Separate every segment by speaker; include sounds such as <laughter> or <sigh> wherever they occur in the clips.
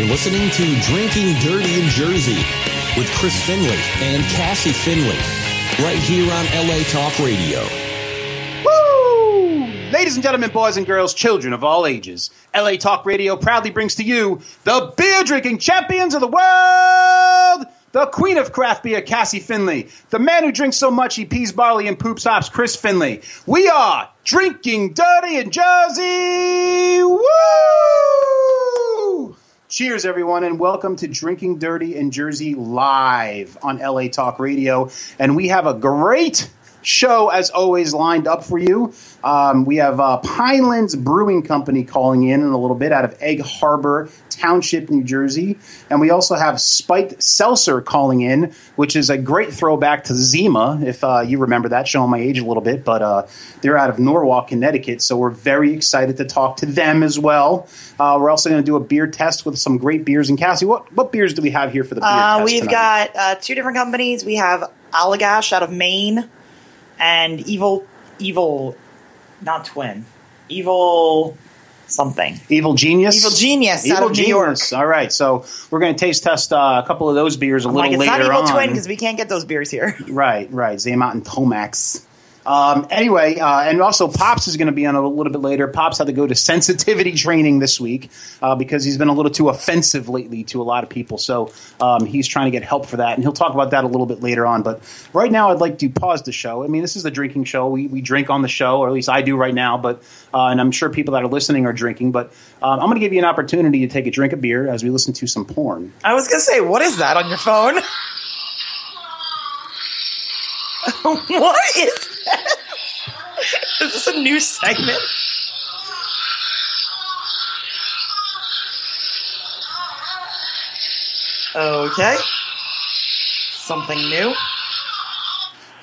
Speaker 1: listening to Drinking Dirty in Jersey with Chris Finley and Cassie Finley right here on LA Talk Radio.
Speaker 2: Woo! Ladies and gentlemen, boys and girls, children of all ages, LA Talk Radio proudly brings to you the beer drinking champions of the world, the queen of craft beer, Cassie Finley, the man who drinks so much he pees barley and poops hops, Chris Finley. We are drinking dirty in Jersey. Woo! Cheers, everyone, and welcome to Drinking Dirty in Jersey live on LA Talk Radio. And we have a great show, as always, lined up for you. Um, we have uh, Pinelands Brewing Company calling in in a little bit out of Egg Harbor Township, New Jersey. And we also have Spiked Seltzer calling in, which is a great throwback to Zima, if uh, you remember that, showing my age a little bit. But uh, they're out of Norwalk, Connecticut. So we're very excited to talk to them as well. Uh, we're also going to do a beer test with some great beers. And Cassie, what, what beers do we have here for the beer
Speaker 3: Uh,
Speaker 2: test?
Speaker 3: we've
Speaker 2: tonight?
Speaker 3: got uh, two different companies. We have Allagash out of Maine and Evil, Evil, not Twin, Evil something.
Speaker 2: Evil Genius.
Speaker 3: Evil Genius out of New York.
Speaker 2: All right, so we're going to taste test uh, a couple of those beers a little
Speaker 3: Like it's
Speaker 2: later
Speaker 3: not Evil
Speaker 2: on.
Speaker 3: Twin because we can't get those beers here. <laughs>
Speaker 2: right, right. Zaymount and Tomax. Um, anyway, uh, and also Pops is going to be on a little bit later. Pops had to go to sensitivity training this week uh, because he's been a little too offensive lately to a lot of people. So um, he's trying to get help for that, and he'll talk about that a little bit later on. But right now, I'd like to pause the show. I mean, this is the drinking show. We we drink on the show, or at least I do right now. But uh, and I'm sure people that are listening are drinking. But um, I'm going to give you an opportunity to take a drink of beer as we listen to some porn.
Speaker 3: I was going to say, what is that on your phone? <laughs> what is that? Is this a new segment? Okay. Something new.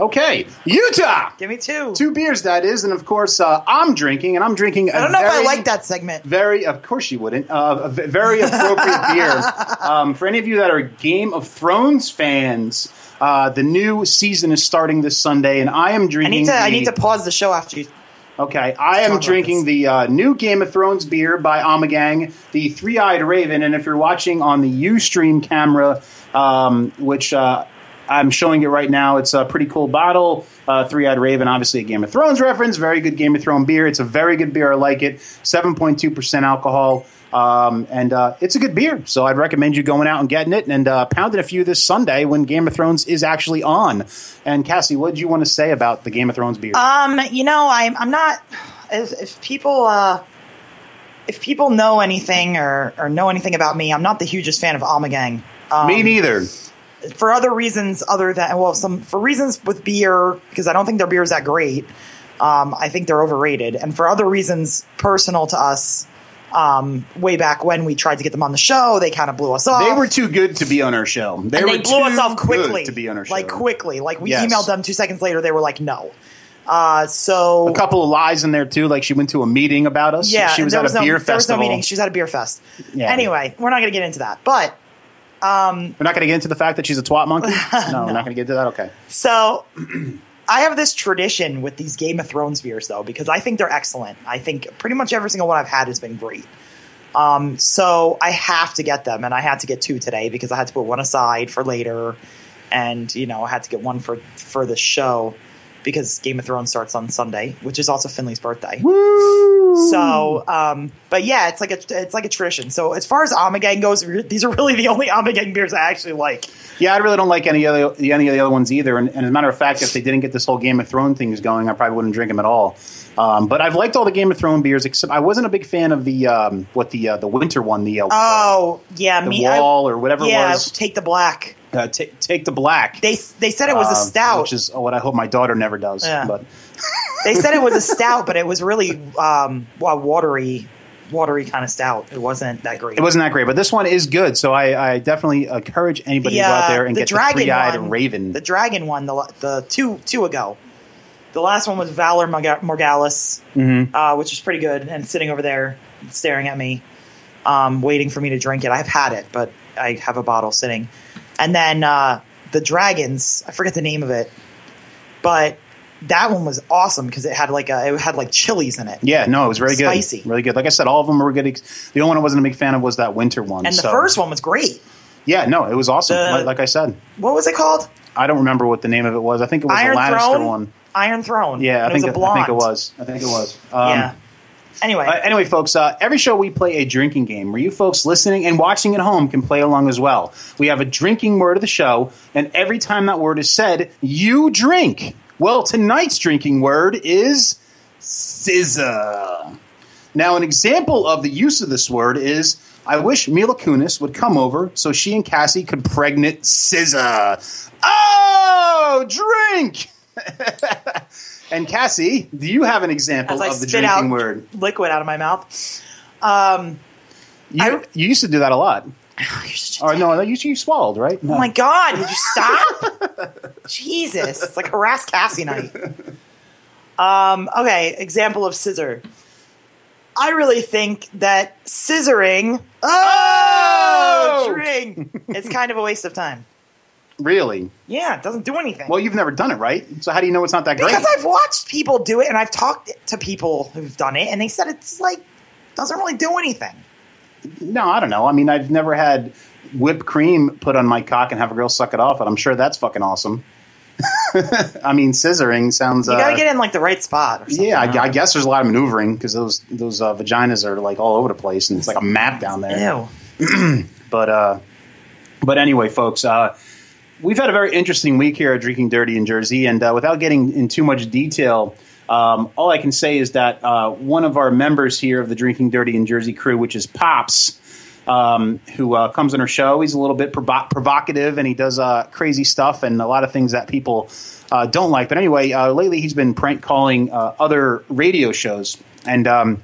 Speaker 2: Okay, Utah.
Speaker 3: Give me two.
Speaker 2: two beers that is and of course uh, i'm drinking and i'm drinking I
Speaker 3: I don't know if I like that segment.
Speaker 2: very of course you wouldn't uh, a v- very appropriate
Speaker 3: <laughs>
Speaker 2: beer um, for any of you that are game of thrones fans uh, the new season is starting this sunday and i am
Speaker 3: I
Speaker 2: drinking
Speaker 3: need to. I
Speaker 2: the-
Speaker 3: need to pause the show after you.
Speaker 2: Okay, I
Speaker 3: Talk
Speaker 2: am
Speaker 3: about
Speaker 2: drinking
Speaker 3: this.
Speaker 2: the uh, new Game of Thrones beer by Amagang, the Three Eyed Raven. And if you're watching on the Ustream camera, um, which uh, I'm showing it right now, it's a pretty cool bottle. Uh, Three Eyed Raven, obviously a Game of Thrones reference. Very good Game of Thrones beer. It's a very good beer. I like it. 7.2% alcohol. Um, and uh, it's a good beer. So I'd recommend you going out and getting it and uh, pounding a few this Sunday when Game of Thrones is actually on. And Cassie, what do you want to say about the Game of Thrones beer?
Speaker 3: Um, you know, I'm I'm not. If, if people uh, if people know anything or, or know anything about me, I'm not the hugest fan of Amagang. Um,
Speaker 2: Me neither.
Speaker 3: for other reasons other than well, some for reasons with beer because I don't think their beer is that great. Um, I think they're overrated, and for other reasons personal to us. Um, way back when we tried to get them on the show, they kind of blew us off.
Speaker 2: They were too good to be on our show. They,
Speaker 3: and
Speaker 2: were
Speaker 3: they blew us
Speaker 2: too
Speaker 3: off quickly
Speaker 2: good to be on our show.
Speaker 3: like quickly. Like we
Speaker 2: Yes.
Speaker 3: emailed them two seconds later, they were like, "No." Uh, so
Speaker 2: A couple of lies in there too. Like she went to a meeting about us.
Speaker 3: yeah,
Speaker 2: she was
Speaker 3: there
Speaker 2: at
Speaker 3: was
Speaker 2: a
Speaker 3: no,
Speaker 2: beer
Speaker 3: There was no
Speaker 2: festival.
Speaker 3: meeting. She was at a beer fest.
Speaker 2: Yeah.
Speaker 3: Anyway, we're not going to get into that. But
Speaker 2: We're not going to get into the fact that she's a twat
Speaker 3: <laughs>
Speaker 2: monkey. No, we're not going to get into that. Okay.
Speaker 3: so <clears throat> I have this tradition with these Game of Thrones beers, though, because I think they're excellent. I think pretty much every single one I've had has been great. Um, so I have to get them, and I had to get two today because I had to put one aside for later, and you know I had to get one for for the show because Game of Thrones starts on Sunday, which is also Finley's birthday. So, um, but yeah, it's like a it's like a tradition. So as far as Amagang goes, <laughs> re- these are really the only Amagang beers I actually like.
Speaker 2: Yeah, I really don't like any other any of the other ones either. And, and as a matter of fact, if they didn't get this whole Game of Thrones thing is going, I probably wouldn't drink them at all. Um, but I've liked all the Game of Thrones beers, except I wasn't a big fan of the um, what the uh, the winter one, the uh,
Speaker 3: Oh yeah,
Speaker 2: the
Speaker 3: me. I-
Speaker 2: wall or whatever
Speaker 3: yeah,
Speaker 2: it was.
Speaker 3: take the black.
Speaker 2: Uh, ta- take the black.
Speaker 3: They they said it was a
Speaker 2: uh,
Speaker 3: stout.
Speaker 2: which is what I hope my daughter never does.
Speaker 3: Yeah.
Speaker 2: But
Speaker 3: they said it
Speaker 2: <laughs>
Speaker 3: was a stout, but it was really um, wa- watery, watery kind of stout. It wasn't that great.
Speaker 2: It wasn't that great, but this one is good. So I, I definitely encourage anybody to go out
Speaker 3: uh,
Speaker 2: there and get the three-eyed raven.
Speaker 3: The dragon one, the la- the two two ago. The last one was Valor Morga- Morgalis,
Speaker 2: Mm-hmm.
Speaker 3: uh, which is pretty good, and sitting over there staring at me, um, waiting for me to drink it. I've had it, but I have a bottle sitting. And then uh, the dragons, I forget the name of it, but That one was awesome because it had like a it had like chilies in it.
Speaker 2: Yeah, no, it was very
Speaker 3: Spicy.
Speaker 2: good. Really good. Like I said, all of them were good. ex- The only one I wasn't a big fan of was that winter one.
Speaker 3: And the
Speaker 2: so-
Speaker 3: first one was great.
Speaker 2: Yeah, no, it was awesome.
Speaker 3: The-
Speaker 2: like, like I said,
Speaker 3: What was it called?
Speaker 2: I don't remember what the name of it was. I think it was
Speaker 3: Iron
Speaker 2: the Lannister
Speaker 3: Throne.
Speaker 2: one.
Speaker 3: Iron Throne.
Speaker 2: Yeah, I
Speaker 3: And
Speaker 2: think,
Speaker 3: it was
Speaker 2: I
Speaker 3: a blonde.
Speaker 2: think it was. I think it was. Um,
Speaker 3: yeah. Anyway,
Speaker 2: Uh, anyway, folks, uh, every show we play a drinking game where you folks listening and watching at home can play along as well. We have a drinking word of the show, and every time that word is said, you drink. Well, tonight's drinking word is scissor. Now, an example of the use of this word is I wish Mila Kunis would come over so she and Cassie could pregnant scissor. Oh, drink! <laughs> and Cassie, do you have an
Speaker 3: as
Speaker 2: example
Speaker 3: I
Speaker 2: of the
Speaker 3: spit
Speaker 2: drinking
Speaker 3: out
Speaker 2: word?
Speaker 3: liquid out of my mouth.
Speaker 2: You,
Speaker 3: I- Oh,
Speaker 2: you used to do that a lot.
Speaker 3: You're such a
Speaker 2: Or no, you, you swallowed, right?
Speaker 3: Oh my God, did you stop? Jesus. It's like harass Cassie night. Um, okay, example of scissor. I really think that scissoring oh, drink it's kind of a waste of time.
Speaker 2: <laughs> Really?
Speaker 3: Yeah, it doesn't do anything.
Speaker 2: Well, you've never done it, right? So how do you know it's not that great?
Speaker 3: because I've watched people do it and I've talked to people who've done it and they said it's like doesn't really do anything.
Speaker 2: no, I don't know. I mean, I've never had whipped cream put on my cock and have a girl suck it off, but I'm sure that's fucking awesome. <laughs> I mean, scissoring sounds.
Speaker 3: You gotta
Speaker 2: uh,
Speaker 3: get in like the right spot or something.
Speaker 2: Yeah, I, I guess there's a lot of maneuvering because those those uh, vaginas are like all over the place, and it's like a map down there.
Speaker 3: Ew.
Speaker 2: But uh, but anyway, folks, uh, we've had a very interesting week here at Drinking Dirty in Jersey, and uh, without getting in too much detail, um, all I can say is that uh, one of our members here of the Drinking Dirty in Jersey crew, which is Pops. Um, who uh, comes on our show? He's a little bit provo- provocative, and he does uh, crazy stuff and a lot of things that people uh, don't like. But anyway, uh, lately he's been prank calling uh, other radio shows, and um,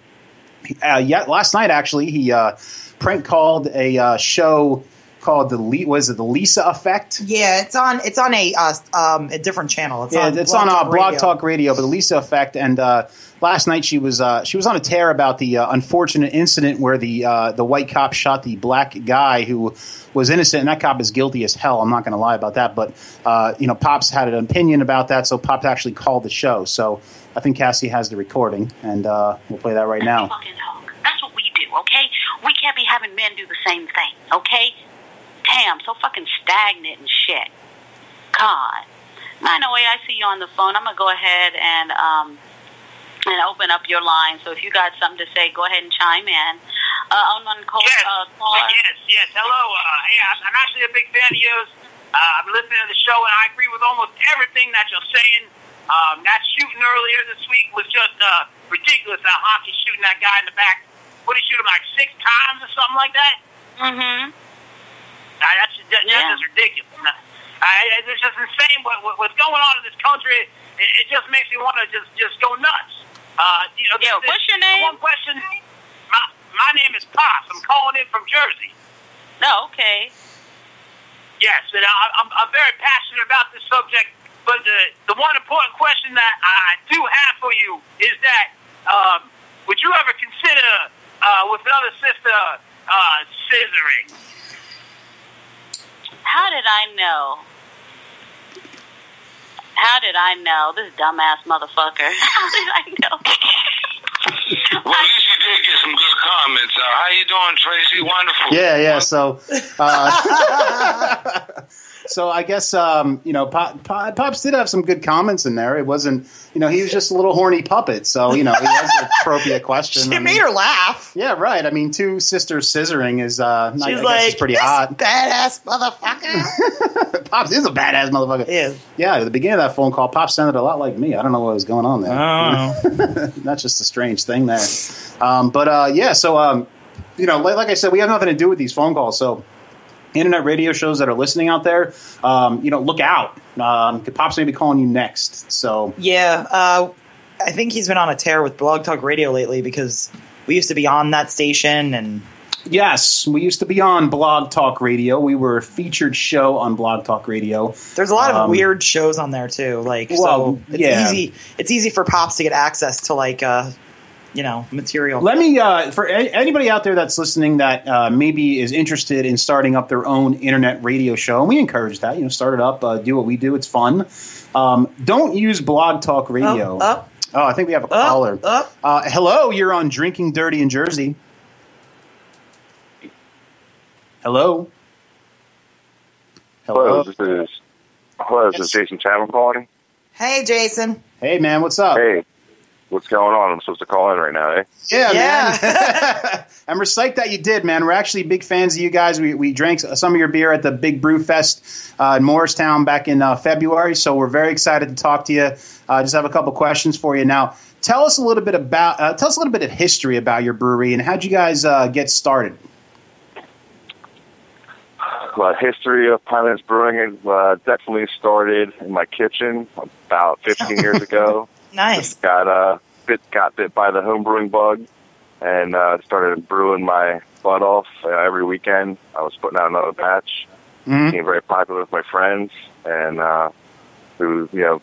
Speaker 2: uh, yeah, last night actually he uh, prank called a uh, show called the Le- was it the Lisa Effect?
Speaker 3: Yeah, it's on it's on a uh, um, a different channel. It's
Speaker 2: yeah,
Speaker 3: on
Speaker 2: it's on uh, Blog
Speaker 3: Radio.
Speaker 2: Talk Radio, but the Lisa Effect. And uh, last night she was uh, she was on a tear about the uh, unfortunate incident where the uh, the white cop shot the black guy who was innocent, and that cop is guilty as hell. I'm not going to lie about that, but uh, you know, Pops had an opinion about that, so Pops actually called the show. So I think Cassie has the recording, and uh, we'll play that right now.
Speaker 4: fucking talk. That's what we do, okay? We can't be having men do the same thing, okay? Damn, so fucking stagnant and shit. God. By the way, I see you on the phone. I'm gonna go ahead and um and open up your line. So if you got something to say, go ahead and chime in. Uh, on on call,
Speaker 5: Yes,
Speaker 4: uh, caller.
Speaker 5: yes, yes. Hello. Uh, hey, I'm, I'm actually a big fan of yours. Uh, I'm listening to the show, and I agree with almost everything that you're saying. Um, that shooting earlier this week was just uh, ridiculous. That hockey shooting that guy in the back. What did he shoot him like six times or something like that?
Speaker 4: Mm-hmm.
Speaker 5: Nah, that's just, that,
Speaker 4: Yeah.
Speaker 5: that's just ridiculous. Nah. I, I- it's just insane what, what, what's going on in this country. It, it just makes me want to just just go nuts. Uh, you know,
Speaker 4: Yeah,
Speaker 5: this-
Speaker 4: what's your name?
Speaker 5: One question. My, my name is Pops. I'm calling in from Jersey.
Speaker 4: No, okay.
Speaker 5: Yes, and I, I'm, I'm very passionate about this subject. But the, the one important question that I do have for you is that um, would you ever consider uh, with another sister uh, scissoring?
Speaker 4: How did I know? How did I know? This dumbass motherfucker. <laughs> How did I know?
Speaker 6: Well, at least you did get some good comments. Uh, how you doing, Tracy? Wonderful.
Speaker 2: Yeah, yeah. So, uh, <laughs> so I guess um, you know, Pop, Pop, Pops did have some good comments in there. It wasn't, you know, he was just a little horny puppet. So you know, he has an appropriate question. I
Speaker 3: It made
Speaker 2: mean,
Speaker 3: her laugh.
Speaker 2: yeah, right. I mean, two sisters scissoring is, uh, I, I
Speaker 3: She's
Speaker 2: guess,
Speaker 3: like,
Speaker 2: it's pretty
Speaker 3: this
Speaker 2: hot.
Speaker 3: badass
Speaker 2: <laughs>
Speaker 3: motherfucker.
Speaker 2: Pops is a badass motherfucker.
Speaker 3: yeah.
Speaker 2: Yeah, at the beginning of that phone call, Pop sounded a lot like me. I don't know what was going on there.
Speaker 3: Oh.
Speaker 2: that's just a strange thing there. Um, but uh, yeah, so um, you know, like, like I said, we have nothing to do with these phone calls. So internet radio shows that are listening out there, um, you know, look out. Um, Pop's may be calling you next. So
Speaker 3: yeah. Uh, I think he's been on a tear with Blog Talk Radio lately because we used to be on that station and
Speaker 2: yes, we used to be on Blog Talk Radio. We were a featured show on Blog Talk Radio.
Speaker 3: there's a lot of
Speaker 2: Um,
Speaker 3: weird shows on there too. Like
Speaker 2: Well,
Speaker 3: so it's
Speaker 2: yeah.
Speaker 3: easy it's easy for Pops to get access to like uh you know material.
Speaker 2: Let me uh, for a- anybody out there that's listening that uh, maybe is interested in starting up their own internet radio show, and we encourage that. You know, start it up, uh, do what we do. It's fun. Um, don't use Blog Talk Radio.
Speaker 3: Up, up,
Speaker 2: oh, I think we have a
Speaker 3: up,
Speaker 2: caller.
Speaker 3: up.
Speaker 2: Uh, hello, you're on Drinking Dirty in Jersey. Hello.
Speaker 7: Hello,
Speaker 2: Hello.
Speaker 7: this is hello, this is Jason Chapman calling.
Speaker 3: Hey, Jason.
Speaker 2: Hey, man, what's up?
Speaker 7: Hey, what's going on? I'm supposed to call in right now, eh?
Speaker 2: Yeah,
Speaker 3: Yeah.
Speaker 2: man. <laughs> and we're psyched that you did, man. We're actually big fans of you guys. We, we drank some of your beer at the Big Brew Fest uh, in Morristown back in uh, February, so we're very excited to talk to you. Uh, just have a couple questions for you now. Tell us a little bit about uh, tell us a little bit of history about your brewery and how'd you guys uh, get started.
Speaker 7: My history of Pine Brewing uh, definitely started in my kitchen about 15 years ago.
Speaker 2: <laughs>
Speaker 3: Nice.
Speaker 7: Got uh, bit got bit by the home brewing bug, and uh, started brewing my butt off uh, every weekend. I was putting out another batch.
Speaker 2: Mhm.
Speaker 7: Became very popular with my friends, and uh, who you know,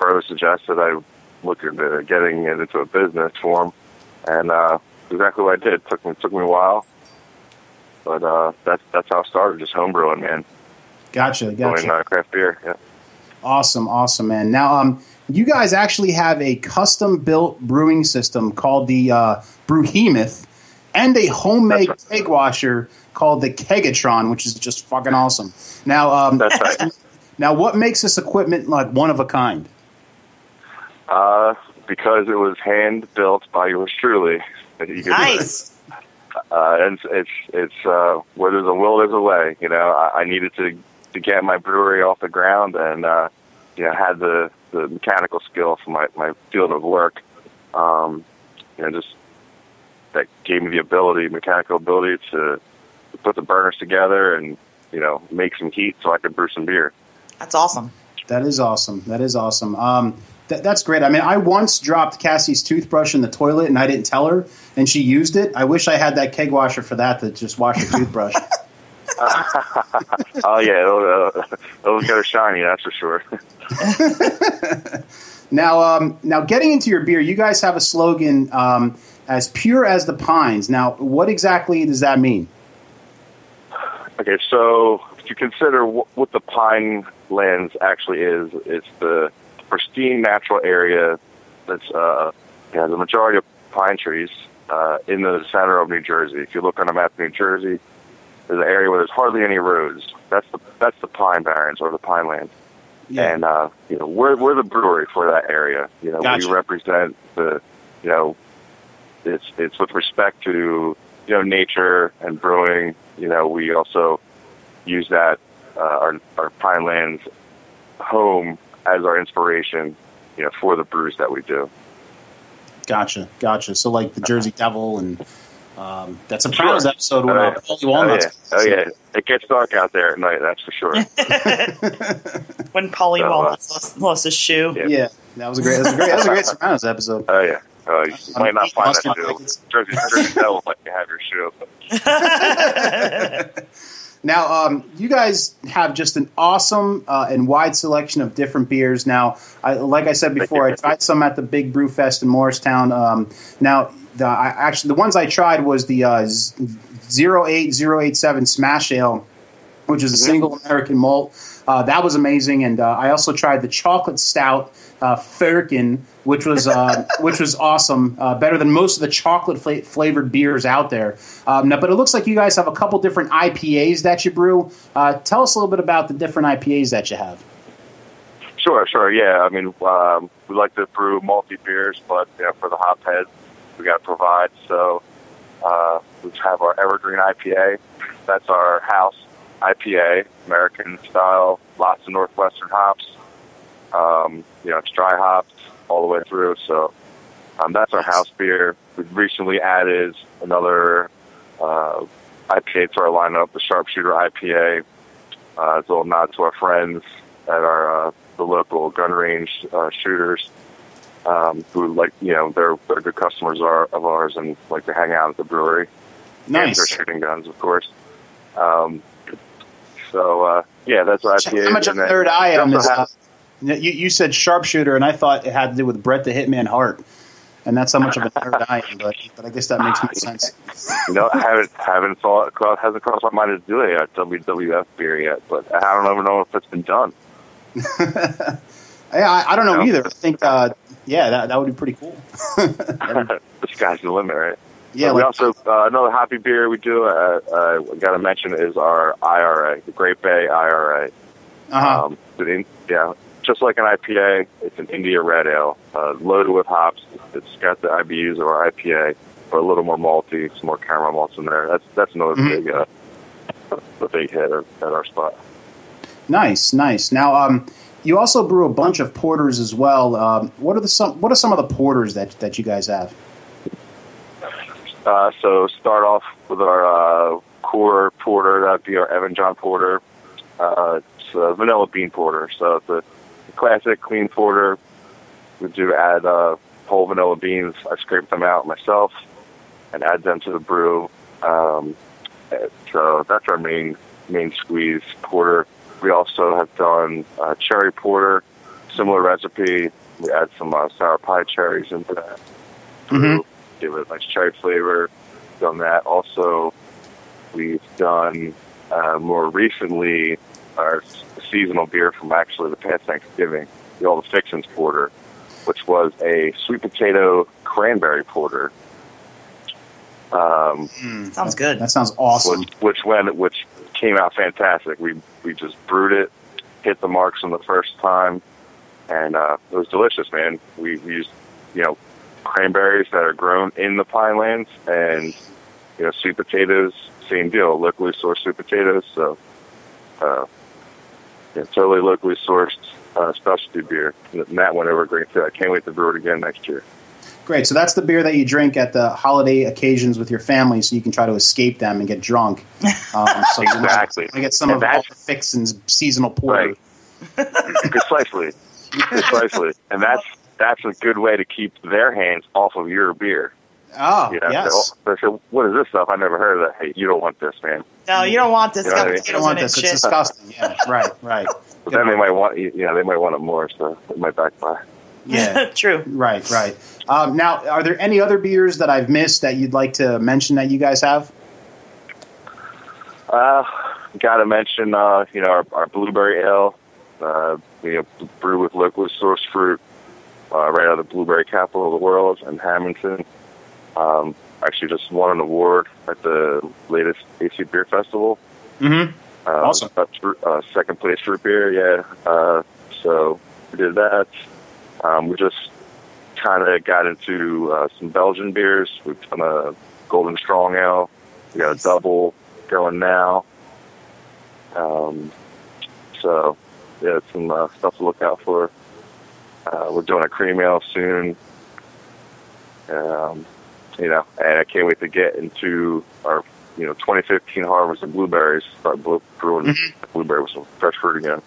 Speaker 7: further suggested I look into getting it into a business form, and uh, exactly what I did. It took me took me a while, but uh, that's that's how I started, just homebrewing, man,
Speaker 2: Gotcha,
Speaker 7: doing
Speaker 2: gotcha.
Speaker 7: uh, craft beer. Yeah.
Speaker 2: Awesome, awesome, man. Now, um, you guys actually have a custom built brewing system called the uh, Brewhemoth and a homemade
Speaker 7: That's
Speaker 2: keg washer called the Kegatron, which is just fucking awesome. Now, um,
Speaker 7: That's right.
Speaker 2: now, what makes this equipment like one of a kind?
Speaker 7: Uh, because it was hand built by yours truly. You could-
Speaker 3: Nice.
Speaker 7: Uh, and it's it's, it's uh, where there's a will, there's a way. You know, I, I needed to to get my brewery off the ground, and uh, you know, had the the mechanical skill for my my field of work. Um, you know, just that gave me the ability, mechanical ability, to, to put the burners together and you know make some heat so I could brew some beer.
Speaker 3: That's awesome.
Speaker 2: That is awesome. That is awesome. Um, th- that's great. I mean, I once dropped Cassie's toothbrush in the toilet and I didn't tell her, and she used it. I wish I had that keg washer for that to just wash the
Speaker 7: <laughs>
Speaker 2: toothbrush.
Speaker 7: oh yeah, it'll, uh, <laughs> it'll go shiny, that's for sure. <laughs>
Speaker 2: Now, um, now getting into your beer, you guys have a slogan um, as pure as the pines. Now, what exactly does that mean?
Speaker 7: Okay, so if you consider what, what the pine lands actually is, it's the pristine natural area that's uh, yeah, the majority of pine trees uh, in the center of New Jersey. If you look on a map of New Jersey, there's an area where there's hardly any roads. That's the that's the pine barrens or the pine lands. And uh, you know, we're we're the brewery for that area. You know,
Speaker 2: Gotcha.
Speaker 7: we represent the you know it's it's with respect to, you know, nature and brewing, you know, we also use that uh, our our Pine Lands home as our inspiration, you know, for the brews that we do.
Speaker 2: Gotcha, gotcha. So, like the Jersey Devil, and um, that Sopranos
Speaker 7: Sure.
Speaker 2: episode where
Speaker 7: Oh,
Speaker 2: uh,
Speaker 7: yeah.
Speaker 2: Paulie Walnuts.
Speaker 7: Oh yeah. Oh yeah. It gets dark out there at night, that's
Speaker 2: <laughs>
Speaker 7: for sure.
Speaker 3: When Polly
Speaker 7: So, uh,
Speaker 3: Walnuts lost, lost his shoe.
Speaker 7: yeah.
Speaker 2: Yeah, that was a great, that was a great, that was a
Speaker 7: <laughs>
Speaker 2: great Sopranos episode.
Speaker 7: Oh yeah. Oh, you might not find that
Speaker 2: Mustard
Speaker 7: too.
Speaker 2: packets.
Speaker 7: Jersey, Jersey Devil might have your shoe.
Speaker 2: Now, um, you guys have just an awesome uh, and wide selection of different beers. Now, I, like I said before, I tried some at the Big Brew Fest in Morristown. Um, now, the, I, actually, the ones I tried was the uh, z- 08087 Smash Ale, which is a single American malt. Uh, that was amazing, and uh, I also tried the chocolate stout uh, Ferkin, which was
Speaker 7: <laughs>
Speaker 2: uh, which was awesome, uh, better than most of the chocolate fla- flavored beers out there. Um, now, but it looks like you guys have a couple different IPAs that you brew. Uh, tell us a little bit about the different IPAs that you have.
Speaker 7: Sure, sure. Yeah, I mean, um, we like to brew multi beers, but you know, for the hop heads, we got to provide. So uh, we have our Evergreen IPA. That's our house IPA, American style, lots of northwestern hops. Um, you know, it's dry hopped all the way through. So um, that's our house beer. We've recently added another uh, IPA to our lineup, the Sharpshooter IPA. Uh, it's a little nod to our friends at our uh, the local gun range uh, shooters um, who like you know they're they're good customers are, of ours and like to hang out at the brewery. And they're
Speaker 2: Nice.
Speaker 7: shooting guns, of course. Um, so uh, yeah, that's what
Speaker 2: Check
Speaker 7: IPA.
Speaker 2: How much of
Speaker 7: and
Speaker 2: a
Speaker 7: then
Speaker 2: third eye
Speaker 7: we
Speaker 2: am
Speaker 7: also
Speaker 2: is?
Speaker 7: have-
Speaker 2: uh, You, you said sharpshooter, and I thought it had to do with Brett the Hitman Hart. and that's how much of a nerd I am. But, but I guess that makes more
Speaker 7: Ah,
Speaker 2: sense.
Speaker 7: You know, I haven't haven't thought cross hasn't crossed my mind to do a uh, WWF beer yet, but I don't even know if it's been done.
Speaker 2: Yeah, I, I don't know
Speaker 7: No.
Speaker 2: either. I think, uh, yeah, that, that would be pretty cool.
Speaker 7: <laughs> the sky's the limit, right?
Speaker 2: Yeah,
Speaker 7: But we
Speaker 2: like-
Speaker 7: also uh, another happy beer we do. Uh, uh, Got to mention is our IRA, the Great Bay IRA.
Speaker 2: Uh-huh.
Speaker 7: Um, it's an in, yeah, just like an IPA, it's an India Red Ale, uh, loaded with hops. It's got the IBUs of our IPA, but a little more malty, some more caramel malts in there. That's that's another
Speaker 2: Mhm.
Speaker 7: big, uh, a big hit at at our spot.
Speaker 2: Nice, nice. Now, um, you also brew a bunch of porters as well. Um, what are the some? What are some of the porters that that you guys have?
Speaker 7: Uh, so start off with our uh, core porter. That'd be our Evan John Porter. Uh, it's a vanilla bean porter. So it's a classic clean porter. We do add uh, whole vanilla beans. I scrape them out myself and add them to the brew. Um, and so that's our main main squeeze porter. We also have done uh, cherry porter, similar recipe. We add some uh, sour pie cherries into that
Speaker 3: Mm-hmm.
Speaker 2: Mhm.
Speaker 7: give it a nice cherry flavor. Done that. Also, we've done uh, more recently our s- seasonal beer from actually the past Thanksgiving, the Old Fixins Porter, which was a sweet potato cranberry porter. Um,
Speaker 3: Sounds good.
Speaker 2: That sounds awesome.
Speaker 7: which, which went which came out fantastic. We we just brewed it, hit the marks on the first time, and uh, it was delicious, man. We, we used you know cranberries that are grown in the pine lands, and you know sweet potatoes, same deal, locally sourced sweet potatoes. So, uh, yeah, totally locally sourced uh, specialty beer. And that went over great too. I can't wait to brew it again next year.
Speaker 2: Great. So that's the beer that you drink at the holiday occasions with your family, so you can try to escape them and get
Speaker 3: <laughs>
Speaker 2: drunk. Um, so
Speaker 7: Exactly.
Speaker 2: I get some
Speaker 7: And
Speaker 2: of all
Speaker 7: that's-
Speaker 2: the fixins seasonal porter.
Speaker 7: <laughs> Right. Precisely. Precisely. And that's that's a good way to keep their hands off of your beer.
Speaker 2: Oh,
Speaker 7: You know,
Speaker 2: yes.
Speaker 7: they say, "Oh," they say, what is this stuff? I never heard of that. Hey, you don't want this, man.
Speaker 3: No, you don't want this.
Speaker 7: You know
Speaker 3: Got
Speaker 7: what I mean?
Speaker 2: I
Speaker 3: potatoes
Speaker 2: don't
Speaker 3: in
Speaker 2: want
Speaker 3: it,
Speaker 2: this. It's
Speaker 3: shit. <laughs>
Speaker 2: disgusting. Yeah. Right. Right.
Speaker 7: <laughs> But then they might want, you know, they might want it more, so it might backfire.
Speaker 2: Yeah.
Speaker 3: True.
Speaker 2: Right. Right. Um, now, are there any other beers that I've missed that you'd like to mention that you guys have?
Speaker 7: Uh, gotta mention, uh, you know, our, our blueberry ale, uh, you know, brew with locally sourced fruit, uh, right out of the blueberry capital of the world in Hamilton. Um, actually just won an award at the latest AC Beer Festival.
Speaker 2: Mm-hmm.
Speaker 7: Uh,
Speaker 2: Awesome.
Speaker 7: That's uh, second place root beer, yeah. Uh, so we did that. Um, we just kind of got into uh, some Belgian beers. We've done a Golden Strong Ale. We got a double going now. Um, so, yeah, some uh, stuff to look out for. Uh, we're doing a cream ale soon. Um, you know, and I can't wait to get into our, you know, 2015 harvest of blueberries. Start bl- brewing blueberry with some fresh fruit again.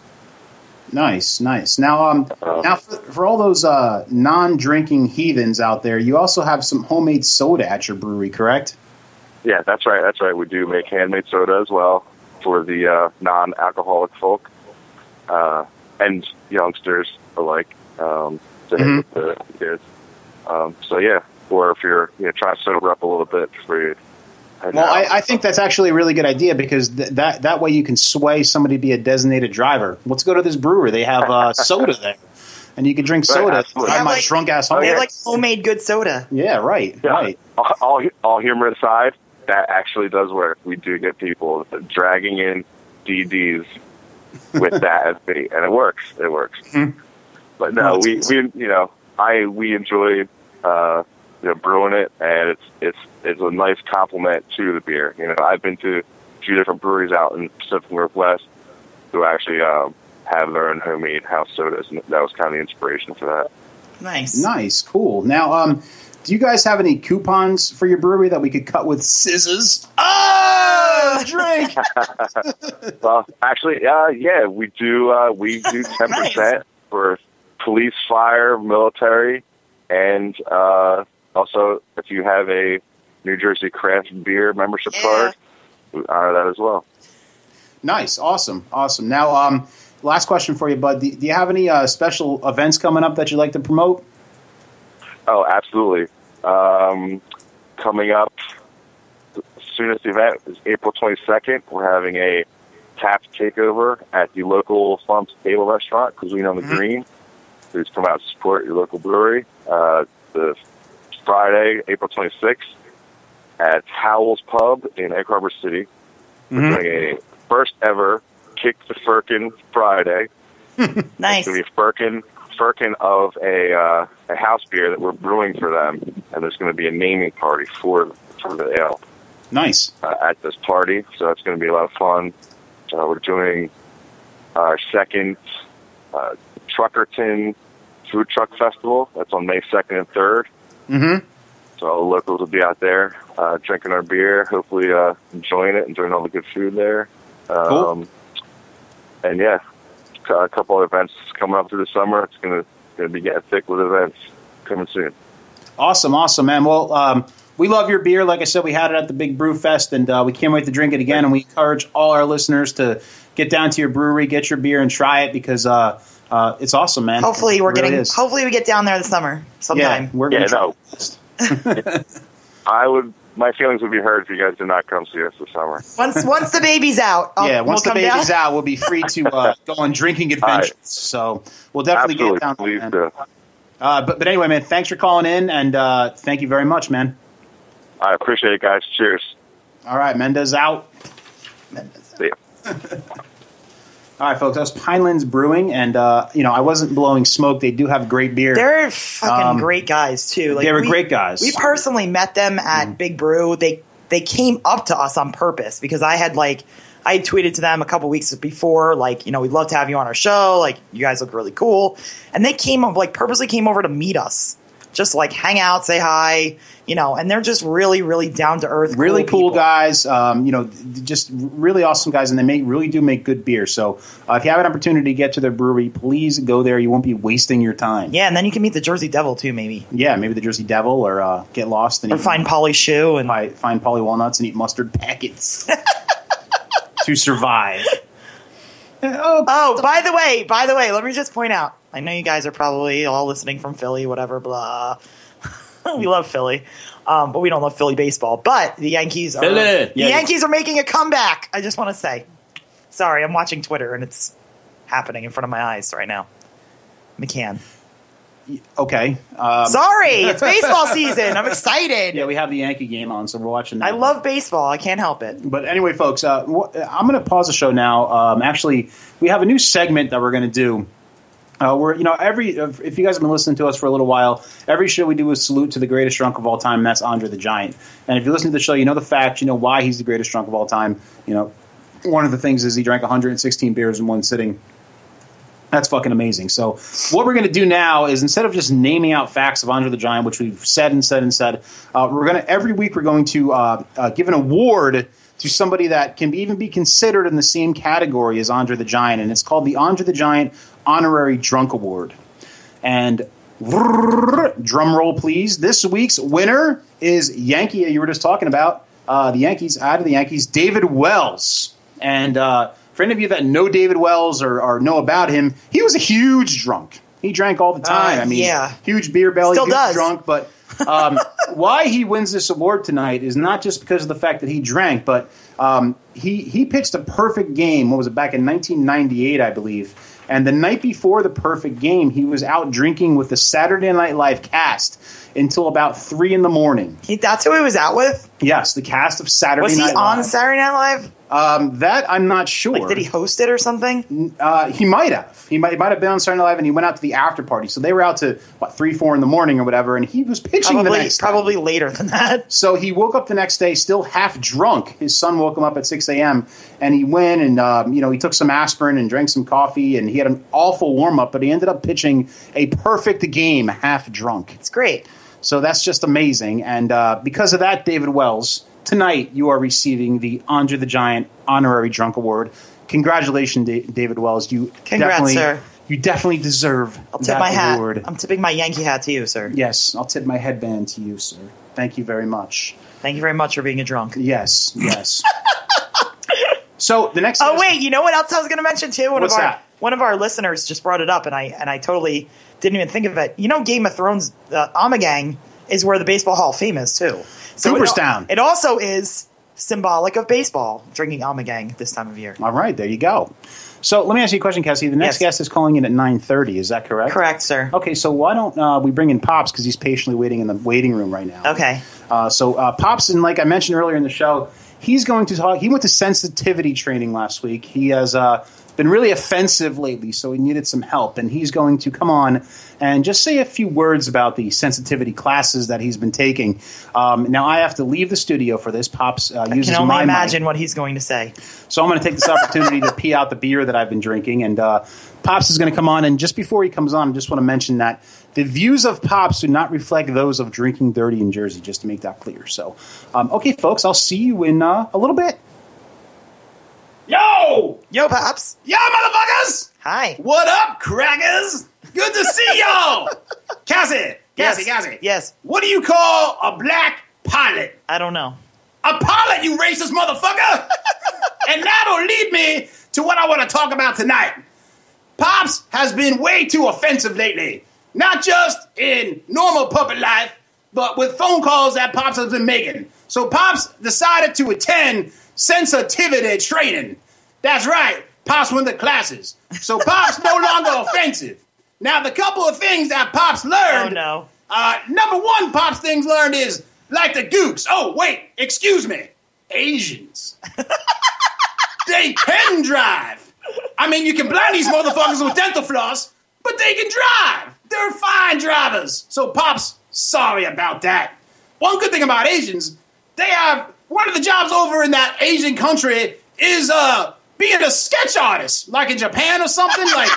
Speaker 2: Nice, nice. Now, um,
Speaker 7: Um,
Speaker 2: now for, for all those uh, non-drinking heathens out there, you also have some homemade soda at your brewery, correct?
Speaker 7: Yeah, that's right. That's right. We do make handmade soda as well for the uh, non-alcoholic folk uh, and youngsters alike. Um, to hit
Speaker 2: Mhm.
Speaker 7: with the kids. Um, so yeah, or if you're you know trying to sober up a little bit before you. head
Speaker 2: Well,
Speaker 7: out.
Speaker 2: I, I think that's actually a really good idea because th- that that way you can sway somebody to be a designated driver. Let's go to this brewer; they have uh, soda there, and you can drink
Speaker 7: Right,
Speaker 2: soda.
Speaker 7: absolutely.
Speaker 2: I'm
Speaker 3: Yeah,
Speaker 2: my
Speaker 3: like-
Speaker 2: drunk ass home.
Speaker 3: They
Speaker 7: yeah.
Speaker 3: have like homemade good soda.
Speaker 2: yeah, right,
Speaker 7: Yeah.
Speaker 2: right.
Speaker 7: all, all all humor aside, that actually does work. We do get people dragging in DDs with that as bait, and it works. It works. But no, we we you know I we enjoy uh, you know brewing it, and it's it's it's a nice complement to the beer. You know, I've been to a few different breweries out in Pacific Northwest who actually um, have their own homemade house sodas, and that was kind of the inspiration for that.
Speaker 3: Nice.
Speaker 2: Nice, cool. Now, um, do you guys have any coupons for your brewery that we could cut with scissors? Oh,
Speaker 3: Ah!
Speaker 2: <laughs> drink.
Speaker 7: Well, actually, uh, yeah, we do.
Speaker 3: <laughs>
Speaker 7: Uh, we do ten
Speaker 3: Nice.
Speaker 7: percent for police, fire, military, and uh, also if you have a New Jersey craft beer membership
Speaker 3: Yeah.
Speaker 7: card, we honor that as well.
Speaker 2: Nice, awesome, awesome. Now, um, last question for you, Bud. Do, do you have any uh, special events coming up that you'd like to promote?
Speaker 7: Oh, absolutely. Um, coming up, the soonest event is April 22nd. We're having a tap takeover at the local Slumps Table Restaurant, Cuisine on the Green. Please come out and support your local brewery. Uh, the Friday, April 26th, at Howell's Pub in Egg Harbor City. We're doing a first ever Kick the Firkin Friday.
Speaker 3: Nice.
Speaker 7: It's going to be firkin, firkin of a uh, a house beer that we're brewing for them, and there's going to be a naming party for for the ale
Speaker 2: Nice.
Speaker 7: uh, at this party. So that's going to be a lot of fun. Uh, we're doing our second uh, Truckerton Food Truck Festival. That's on May second and third.
Speaker 2: Mm-hmm.
Speaker 7: So all the locals will be out there uh, drinking our beer, hopefully uh, enjoying it, enjoying all the good food there. Um,
Speaker 2: Cool.
Speaker 7: And yeah, c- a couple of events coming up through the summer. It's gonna gonna be getting thick with events coming soon.
Speaker 2: Awesome, awesome, man. Well, um, we love your beer. Like I said, we had it at the Big Brew Fest, and uh, we can't wait to drink it again. And we encourage all our listeners to get down to your brewery, get your beer, and try it because uh, uh, it's awesome, man.
Speaker 3: Hopefully,
Speaker 2: It
Speaker 3: we're
Speaker 2: really
Speaker 3: getting.
Speaker 2: is.
Speaker 3: Hopefully, we get down there this summer sometime.
Speaker 2: yeah, we're
Speaker 7: Yeah,
Speaker 2: gonna try
Speaker 7: no.
Speaker 2: our best.
Speaker 7: I would my feelings would be hurt if you guys did not come see us this summer.
Speaker 3: Once once the baby's out.
Speaker 2: <laughs>
Speaker 3: I'll-
Speaker 2: yeah, once
Speaker 3: Oh, we'll
Speaker 2: the
Speaker 3: come
Speaker 2: baby's
Speaker 3: down.
Speaker 2: out, we'll be free to
Speaker 3: <laughs>
Speaker 2: uh, go on drinking
Speaker 7: right.
Speaker 2: adventures. So we'll definitely
Speaker 7: Absolutely,
Speaker 2: get down there.
Speaker 7: please
Speaker 2: man.
Speaker 7: do.
Speaker 2: Uh, but, but anyway, man, thanks for calling in, and uh, thank you very much, man.
Speaker 7: I appreciate it, guys. Cheers.
Speaker 2: All right, Mendez out.
Speaker 7: See ya.
Speaker 2: All right, folks, that was Pinelands Brewing, and uh, you know I wasn't blowing smoke. They do have great beer.
Speaker 3: They're fucking
Speaker 2: Um,
Speaker 3: great guys too. Like
Speaker 2: they were
Speaker 3: we-
Speaker 2: great guys. Mm.
Speaker 3: We personally met them at Big Brew. They they came up to us on purpose because I had like I had tweeted to them a couple weeks before, like you know we'd love to have you on our show. Like you guys look really cool, and they came up like purposely came over to meet us, just like hang out, say hi, you know. And they're just really really down to earth,
Speaker 2: really cool,
Speaker 3: people.
Speaker 2: guys. Um, you know, th- just really awesome guys, and they make, really do make good beer. So uh, if you have an opportunity to get to their brewery, please go there. You won't be wasting your time.
Speaker 3: Yeah, and then you can meet the Jersey Devil too, maybe,
Speaker 2: Yeah, maybe the Jersey Devil, or uh, get lost and
Speaker 3: or
Speaker 2: eat-
Speaker 3: find Polly Shoe and
Speaker 2: I find poly walnuts and eat mustard packets <laughs> to survive. Oh,
Speaker 3: Oh, by the way, by the way, let me just point out. I know you guys are probably all listening from Philly, whatever, blah. <laughs> we love Philly, um, but we don't love Philly baseball. But the Yankees are
Speaker 2: Philly.
Speaker 3: the
Speaker 2: Yeah.
Speaker 3: Yankees are making a comeback. I just want to say, sorry, I'm watching Twitter and it's happening in front of my eyes right now. McCann,
Speaker 2: okay. Um, <laughs>
Speaker 3: sorry, it's baseball season. I'm excited.
Speaker 2: yeah, we have the Yankee game on, so we're watching. That.
Speaker 3: I love baseball. I can't help it.
Speaker 2: But anyway, folks, uh, wh- I'm going to pause the show now. Um, actually, we have a new segment that we're going to do. Uh, we're, you know, every if you guys have been listening to us for a little while, every show we do is salute to the greatest drunk of all time, and that's Andre the Giant. And if you listen to the show, you know the fact, you know why he's the greatest drunk of all time. You know, one of the things is he drank 116 beers in one sitting. That's fucking amazing. So, what we're going to do now is instead of just naming out facts of Andre the Giant, which we've said and said and said, uh, we're going to every week we're going to uh, uh, give an award to somebody that can be, even be considered in the same category as Andre the Giant, and it's called the Andre the Giant Honorary Drunk Award. And drum roll, please. This week's winner is Yankee. You were just talking about uh, the Yankees. Out of the Yankees, David Wells. And uh, for any of you that know David Wells or, or know about him, he was a huge drunk. He drank all the time.
Speaker 3: Uh,
Speaker 2: I mean,
Speaker 3: yeah.
Speaker 2: huge beer belly,
Speaker 3: Still
Speaker 2: huge
Speaker 3: does.
Speaker 2: drunk. But
Speaker 3: <laughs>
Speaker 2: um, why he wins this award tonight is not just because of the fact that he drank, but um, he he pitched a perfect game. What was it back in 1998, I believe? And the night before the perfect game, he was out drinking with the Saturday Night Live cast until about three in the morning.
Speaker 3: He, that's who he was out with.
Speaker 2: Yes, the cast of Saturday
Speaker 3: Was he
Speaker 2: Night
Speaker 3: on
Speaker 2: Live.
Speaker 3: Saturday Night Live?
Speaker 2: um, that I'm not sure.
Speaker 3: Like, did he host it or something?
Speaker 2: Uh, he might have. He might, he might have been on Saturday Night Live, and he went out to the after party. So they were out to what three, four in the morning or whatever, and he was pitching the
Speaker 3: Probably,
Speaker 2: next. night.
Speaker 3: probably later than that.
Speaker 2: So he woke up the next day still half drunk. His son woke him up at 6 a.m. and he went and, um, you know, he took some aspirin and drank some coffee and he had an awful warm up, but he ended up pitching a perfect game half drunk.
Speaker 3: It's great.
Speaker 2: So that's just amazing. And uh, because of that, David Wells, tonight you are receiving the Andre the Giant Honorary Drunk Award. Congratulations, Da- David Wells. You
Speaker 3: Congrats,
Speaker 2: definitely,
Speaker 3: sir.
Speaker 2: You definitely deserve
Speaker 3: I'll tip
Speaker 2: that
Speaker 3: my hat.
Speaker 2: award.
Speaker 3: I'm tipping my Yankee hat to you, sir.
Speaker 2: yes, I'll tip my headband to you, sir. Thank you very much.
Speaker 3: Thank you very much for being a drunk.
Speaker 2: Yes, yes. so the next.
Speaker 3: Oh wait, you know what else I was going to mention too? One
Speaker 2: What's
Speaker 3: of our
Speaker 2: that?
Speaker 3: one of our listeners just brought it up, and I and I totally didn't even think of it. You know, Game of Thrones, uh, Amagang is where the Baseball Hall of Fame is too.
Speaker 8: Cooperstown.
Speaker 3: It, al- it also is symbolic of baseball. Drinking Amagang this time of year.
Speaker 8: All right, there you go. So let me ask you a question, Cassie. The next
Speaker 3: Yes.
Speaker 8: guest is calling in at nine thirty. Is that correct?
Speaker 3: Correct, sir.
Speaker 8: Okay, so why don't uh, we bring in Pops because he's patiently waiting in the waiting room right now.
Speaker 3: Okay.
Speaker 8: Uh, so uh, Pops, and like I mentioned earlier in the show, he's going to talk. He went to sensitivity training last week. He has uh, been really offensive lately, so he needed some help, and he's going to come on and just say a few words about the sensitivity classes that he's been taking. Um, now I have to leave the studio for this. Pops uh,
Speaker 3: I
Speaker 8: uses
Speaker 3: can only
Speaker 8: my mic.
Speaker 3: imagine what he's going to say.
Speaker 8: So I'm going to take this opportunity to pee out the beer that I've been drinking. And uh, Pops is going to come on. And just before he comes on, I just want to mention that the views of Pops do not reflect those of Drinking Dirty in Jersey, just to make that clear. So, um, okay, folks, I'll see you in uh, a little bit. Yo!
Speaker 3: Yo, pops.
Speaker 8: Yo, motherfuckers!
Speaker 3: Hi.
Speaker 8: What up, crackers? Good to see <laughs> y'all! Cassie! Cassie,
Speaker 3: yes.
Speaker 8: Cassie.
Speaker 3: Yes.
Speaker 8: What do you call a black pilot?
Speaker 3: I don't know.
Speaker 8: a pilot, you racist <laughs> motherfucker. and that'll lead me to what I want to talk about tonight. Pops has been way too offensive lately, not just in normal puppet life, but with phone calls that Pops has been making. So Pops decided to attend sensitivity training. That's right, Pops went to classes. So Pops no longer <laughs> offensive. Now, the couple of things that Pops
Speaker 3: Oh
Speaker 8: learned
Speaker 3: no.
Speaker 8: uh, number one, pops things learned is like the gooks. Oh wait, excuse me, Asians. they can drive. I mean, you can blind these motherfuckers with dental floss, but they can drive. They're fine drivers. So pops, sorry about that. One good thing about Asians, they have one of the jobs over in that Asian country is uh being a sketch artist, like in Japan or something like.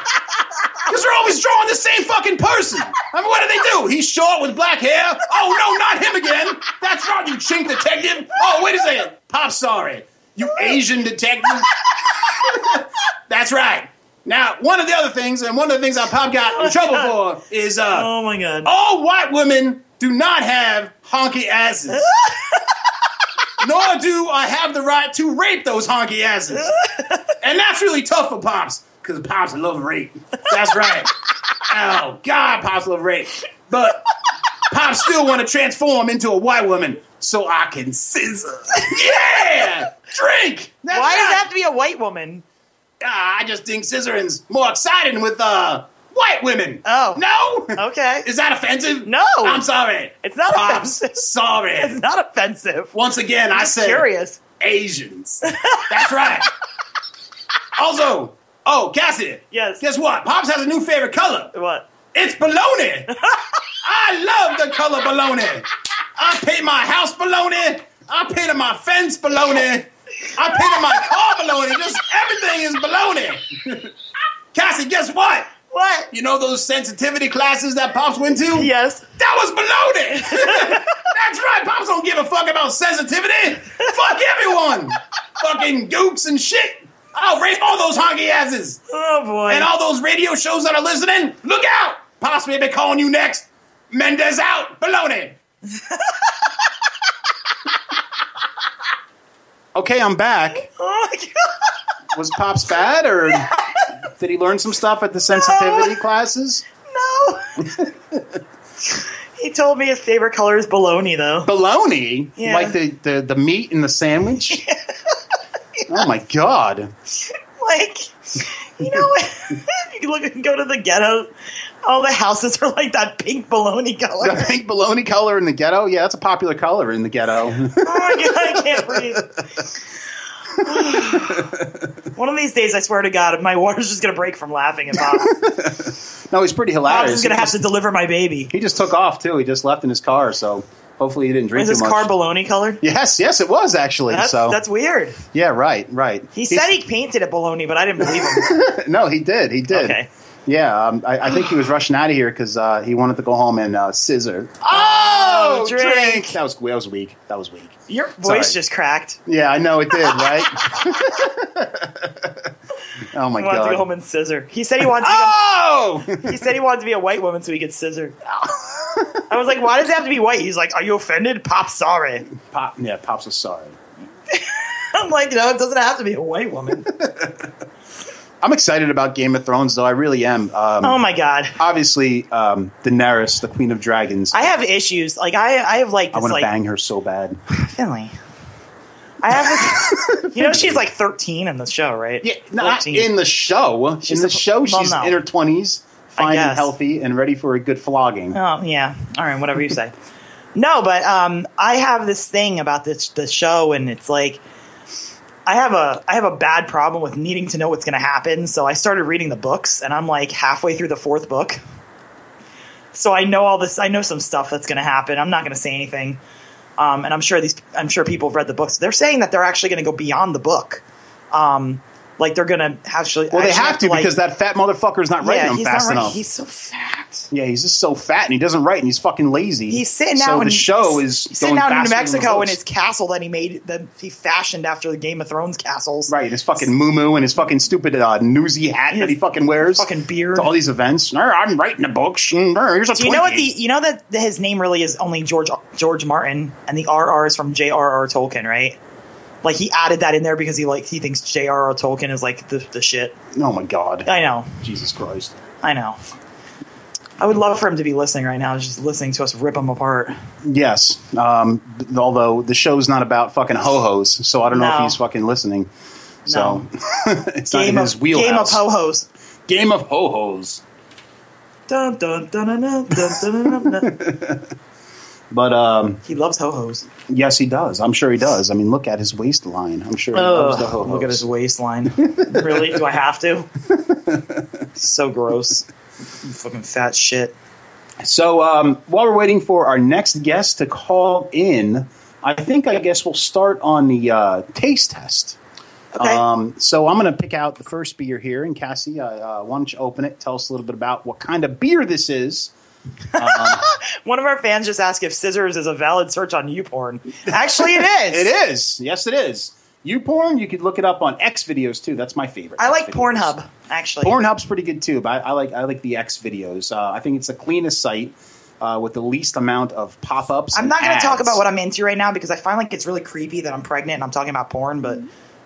Speaker 8: Because they're always drawing the same fucking person. I mean, what do they do? He's short with black hair. Oh, no, not him again. That's right, you chink detective. Oh, wait a second. Pop, sorry. You Asian detective. That's right. Now, one of the other things, and one of the things our Pop got in trouble for is uh,
Speaker 3: Oh my god.
Speaker 8: all white women do not have honky
Speaker 3: <laughs>
Speaker 8: asses. Nor do I have the right to rape those honky asses. And that's really tough for Pops, because Pops love rape. That's
Speaker 3: <laughs>
Speaker 8: right. oh, God, Pops love rape. But Pops still want to transform into a white woman so I can scissor. Yeah! Drink! That's
Speaker 3: Why does
Speaker 8: right.
Speaker 3: it have to be a white woman?
Speaker 8: Ah, I just think scissoring's more exciting with uh white women.
Speaker 3: Oh.
Speaker 8: no.
Speaker 3: Okay.
Speaker 8: Is that offensive?
Speaker 3: No.
Speaker 8: I'm sorry.
Speaker 3: It's not
Speaker 8: Pops,
Speaker 3: offensive.
Speaker 8: <laughs> sorry.
Speaker 3: It's <laughs> not offensive.
Speaker 8: Once again, I said
Speaker 3: Curious. <laughs>
Speaker 8: Asians. That's right. also, oh Cassidy.
Speaker 3: Yes.
Speaker 8: Guess what? Pops has a new favorite color.
Speaker 3: What?
Speaker 8: It's
Speaker 3: <laughs>
Speaker 8: bologna. I love the color bologna. I paint my house bologna. I painted my fence bologna. I painted my car bologna. Just everything is bologna.
Speaker 3: <laughs>
Speaker 8: Cassie, guess what?
Speaker 3: What?
Speaker 8: You know those sensitivity classes that Pops went to?
Speaker 3: Yes.
Speaker 8: That was bologna. <laughs> That's right. Pops don't give a fuck about sensitivity. Fuck everyone. Fucking gooks and shit. I'll rape all those honky asses.
Speaker 3: Oh boy.
Speaker 8: And all those radio shows that are listening, look out! Pops may be calling you next. Mendez out. Baloney. okay, I'm back.
Speaker 3: <laughs> oh my god.
Speaker 8: Was Pops bad, or did he learn some stuff at the
Speaker 3: sensitivity
Speaker 8: classes?
Speaker 3: No.
Speaker 8: <laughs>
Speaker 3: he told me his favorite color is bologna, though. <laughs>
Speaker 8: Bologna,
Speaker 3: Yeah.
Speaker 8: like the, the the meat in the <laughs> sandwich. Oh my god!
Speaker 3: Like, you know, <laughs> if you look and go to the ghetto, all the houses are like that pink bologna color.
Speaker 8: <laughs> The pink bologna color in the ghetto. Yeah, that's a popular color in the ghetto. <laughs>
Speaker 3: Oh my god, I can't breathe. One of these days, I swear to God, my water's just gonna break from laughing, and Bob,
Speaker 8: No, he's pretty
Speaker 3: Bob's
Speaker 8: hilarious.
Speaker 3: just gonna
Speaker 8: He
Speaker 3: have to deliver my baby.
Speaker 8: He just took off too. He just left in his car, so hopefully he didn't drink
Speaker 3: Is
Speaker 8: too
Speaker 3: his
Speaker 8: much.
Speaker 3: car bologna colored?
Speaker 8: yes, yes, it was actually.
Speaker 3: That's,
Speaker 8: so
Speaker 3: that's weird.
Speaker 8: yeah, right, right.
Speaker 3: He said he painted it bologna, but I didn't believe
Speaker 8: <laughs>
Speaker 3: him.
Speaker 8: no, he did, he did.
Speaker 3: Okay.
Speaker 8: Yeah, um, I, I think he was rushing out of here because uh, he wanted to go home and uh, scissor. <laughs>
Speaker 3: Oh, drink.
Speaker 8: That was that was weak. That was weak.
Speaker 3: Your voice
Speaker 8: Sorry.
Speaker 3: just cracked.
Speaker 8: Yeah, I
Speaker 3: <laughs>
Speaker 8: know it did, right? oh my
Speaker 3: He wanted to go home
Speaker 8: god.
Speaker 3: and scissor. He said he wanted to be
Speaker 8: Oh!
Speaker 3: a, <laughs> he said he wanted to be a white woman so he could
Speaker 8: <laughs>
Speaker 3: scissor. I was like, why does it have to be white? He's like, are you offended? Pop sorry. <laughs>
Speaker 8: Pop, yeah, pops was sorry. <laughs>
Speaker 3: I'm like, no, it doesn't have to be a white woman.
Speaker 2: I'm excited about Game of Thrones, though. I really am. Um,
Speaker 3: Oh my god.
Speaker 2: Obviously, um, Daenerys, the Queen of Dragons.
Speaker 3: I have issues. Like I, I have like
Speaker 2: I
Speaker 3: this
Speaker 2: want to
Speaker 3: like
Speaker 2: bang her so bad.
Speaker 3: Finley. I have
Speaker 8: <laughs>
Speaker 3: this. you know, she's like 13 in the show, right?
Speaker 2: Yeah, not
Speaker 3: 14.
Speaker 2: in the show.
Speaker 3: She's
Speaker 2: in the
Speaker 3: a-
Speaker 2: show,
Speaker 3: well,
Speaker 2: she's
Speaker 3: no.
Speaker 2: in her twenties, fine and
Speaker 3: guess.
Speaker 2: healthy, and ready for a good flogging.
Speaker 3: Oh yeah. All right, whatever you say. no, but um, I have this thing about this the show, and it's like I have a I have a bad problem with needing to know what's going to happen. So I started reading the books, and I'm like halfway through the fourth book. So I know all this. I know some stuff that's going to happen. I'm not going to say anything. Um, and I'm sure these. I'm sure people have read the books. They're saying that they're actually going to go beyond the book. Um, like they're going to actually.
Speaker 2: well, they
Speaker 3: actually
Speaker 2: have to
Speaker 3: like-
Speaker 2: because that fat motherfucker's not
Speaker 3: yeah,
Speaker 2: writing them
Speaker 3: he's
Speaker 2: fast
Speaker 3: not right.
Speaker 2: enough.
Speaker 3: He's so fat.
Speaker 2: yeah, he's just so fat and he doesn't write, and he's fucking lazy.
Speaker 3: He's sitting
Speaker 2: so
Speaker 3: out in
Speaker 2: the show is
Speaker 3: he's sitting
Speaker 2: going
Speaker 3: out in New
Speaker 2: faster than the
Speaker 3: Mexico in
Speaker 2: books.
Speaker 3: his castle that he made that he fashioned after the Game of Thrones castles.
Speaker 2: Right, his fucking moo moo and his fucking stupid uh, newsy hat that he fucking wears,
Speaker 3: fucking beard.
Speaker 2: to all these events. "Nah, I'm writing a book. Shh, nah, Here's a
Speaker 3: Do you know what the
Speaker 2: Twinkie."
Speaker 3: you know that that his name really is only George George Martin and the RR is from J.R.R. Tolkien, right? Like he added that in there because he like he thinks J.R.R. Tolkien is like the, the Uh, shit.
Speaker 2: Oh my god,
Speaker 3: I know,
Speaker 2: Jesus Christ!
Speaker 3: I know. I would love for him to be listening right now, just listening to us rip him apart.
Speaker 2: Yes, um, th- although the show's not about fucking ho hos, so I don't know if
Speaker 3: No.
Speaker 2: he's fucking listening. So <laughs> it's not in
Speaker 3: Game
Speaker 2: his
Speaker 3: of Game of
Speaker 2: wheelhouse.
Speaker 3: Ho-Hos.
Speaker 2: Game of ho hos.
Speaker 3: Dun, dun, dun, dun, dun, dun, dun, dun, dun.
Speaker 2: But um,
Speaker 3: he loves ho-hos.
Speaker 2: yes, he does. I'm sure he does. I mean, look at his waistline. I'm sure he loves the ho
Speaker 3: Ugh,
Speaker 2: hos.
Speaker 3: look at his <laughs> waistline. really? Do I have <laughs> to? so gross. Fucking fat shit.
Speaker 2: So um, while we're waiting for our next guest to call in, I think I guess we'll start on the uh, taste test.
Speaker 3: Okay.
Speaker 2: Um, so I'm going to pick out the first beer here, and Cassie, uh, uh, why don't you open it? Tell us a little bit about what kind of beer this is.
Speaker 3: One of our fans just asked if scissors is a valid search on YouPorn. Actually, <laughs> it is.
Speaker 2: It is, yes, it is. You porn, you could look it up on X videos too. That's my favorite.
Speaker 3: I like
Speaker 2: Xvideos.
Speaker 3: Pornhub, actually.
Speaker 2: Pornhub's pretty good too, but I, I like I like the X videos. Uh, I think it's the cleanest site uh, with the least amount of pop ups.
Speaker 3: I'm not going to talk about what
Speaker 2: I.
Speaker 3: I'm into right now because I find like it's really creepy that I'm pregnant and I'm talking about porn, but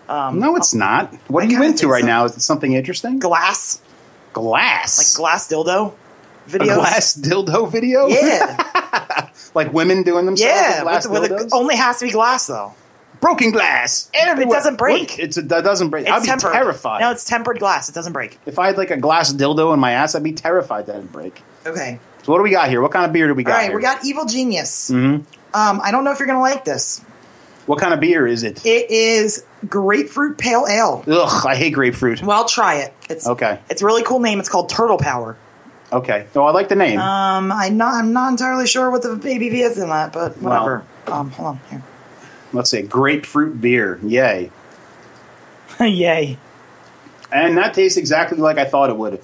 Speaker 2: No, it's not. What
Speaker 3: I
Speaker 2: are you
Speaker 3: kinda
Speaker 2: into
Speaker 3: think
Speaker 2: right
Speaker 3: so.
Speaker 2: now? Is it something interesting?
Speaker 3: glass, like
Speaker 2: glass.
Speaker 3: glass dildo
Speaker 2: a
Speaker 3: videos.
Speaker 2: glass dildo video?
Speaker 3: <laughs> Yeah.
Speaker 2: <laughs> like women doing themselves with
Speaker 3: Yeah.
Speaker 2: glass
Speaker 3: with, with a,
Speaker 2: dildos?
Speaker 3: only has to be glass, though.
Speaker 2: Broken glass. everywhere.
Speaker 3: doesn't break.
Speaker 2: What? It's a, that doesn't break.
Speaker 3: It's
Speaker 2: I'd be
Speaker 3: tempered.
Speaker 2: terrified.
Speaker 3: No, it's tempered glass. It doesn't break.
Speaker 2: if I had like a glass dildo in my ass, I'd be terrified that it'd break.
Speaker 3: Okay.
Speaker 2: So what do we got here? What kind of beer do we got
Speaker 3: All right,
Speaker 2: here?
Speaker 3: we got Evil Genius.
Speaker 2: Mhm.
Speaker 3: Um, I don't know if you're going to like this.
Speaker 2: What kind of beer is it?
Speaker 3: It is grapefruit pale ale.
Speaker 2: Ugh, I hate grapefruit.
Speaker 3: Well, try it. It's
Speaker 2: Okay.
Speaker 3: It's a really cool name. It's called Turtle Power.
Speaker 2: Okay. Oh, I like the name.
Speaker 3: Um, I'm not I'm not entirely sure what the ABV is in that, but whatever. um, hold on here.
Speaker 2: Let's say grapefruit beer. Yay. <laughs>
Speaker 3: Yay!
Speaker 2: and that tastes exactly like I thought it would.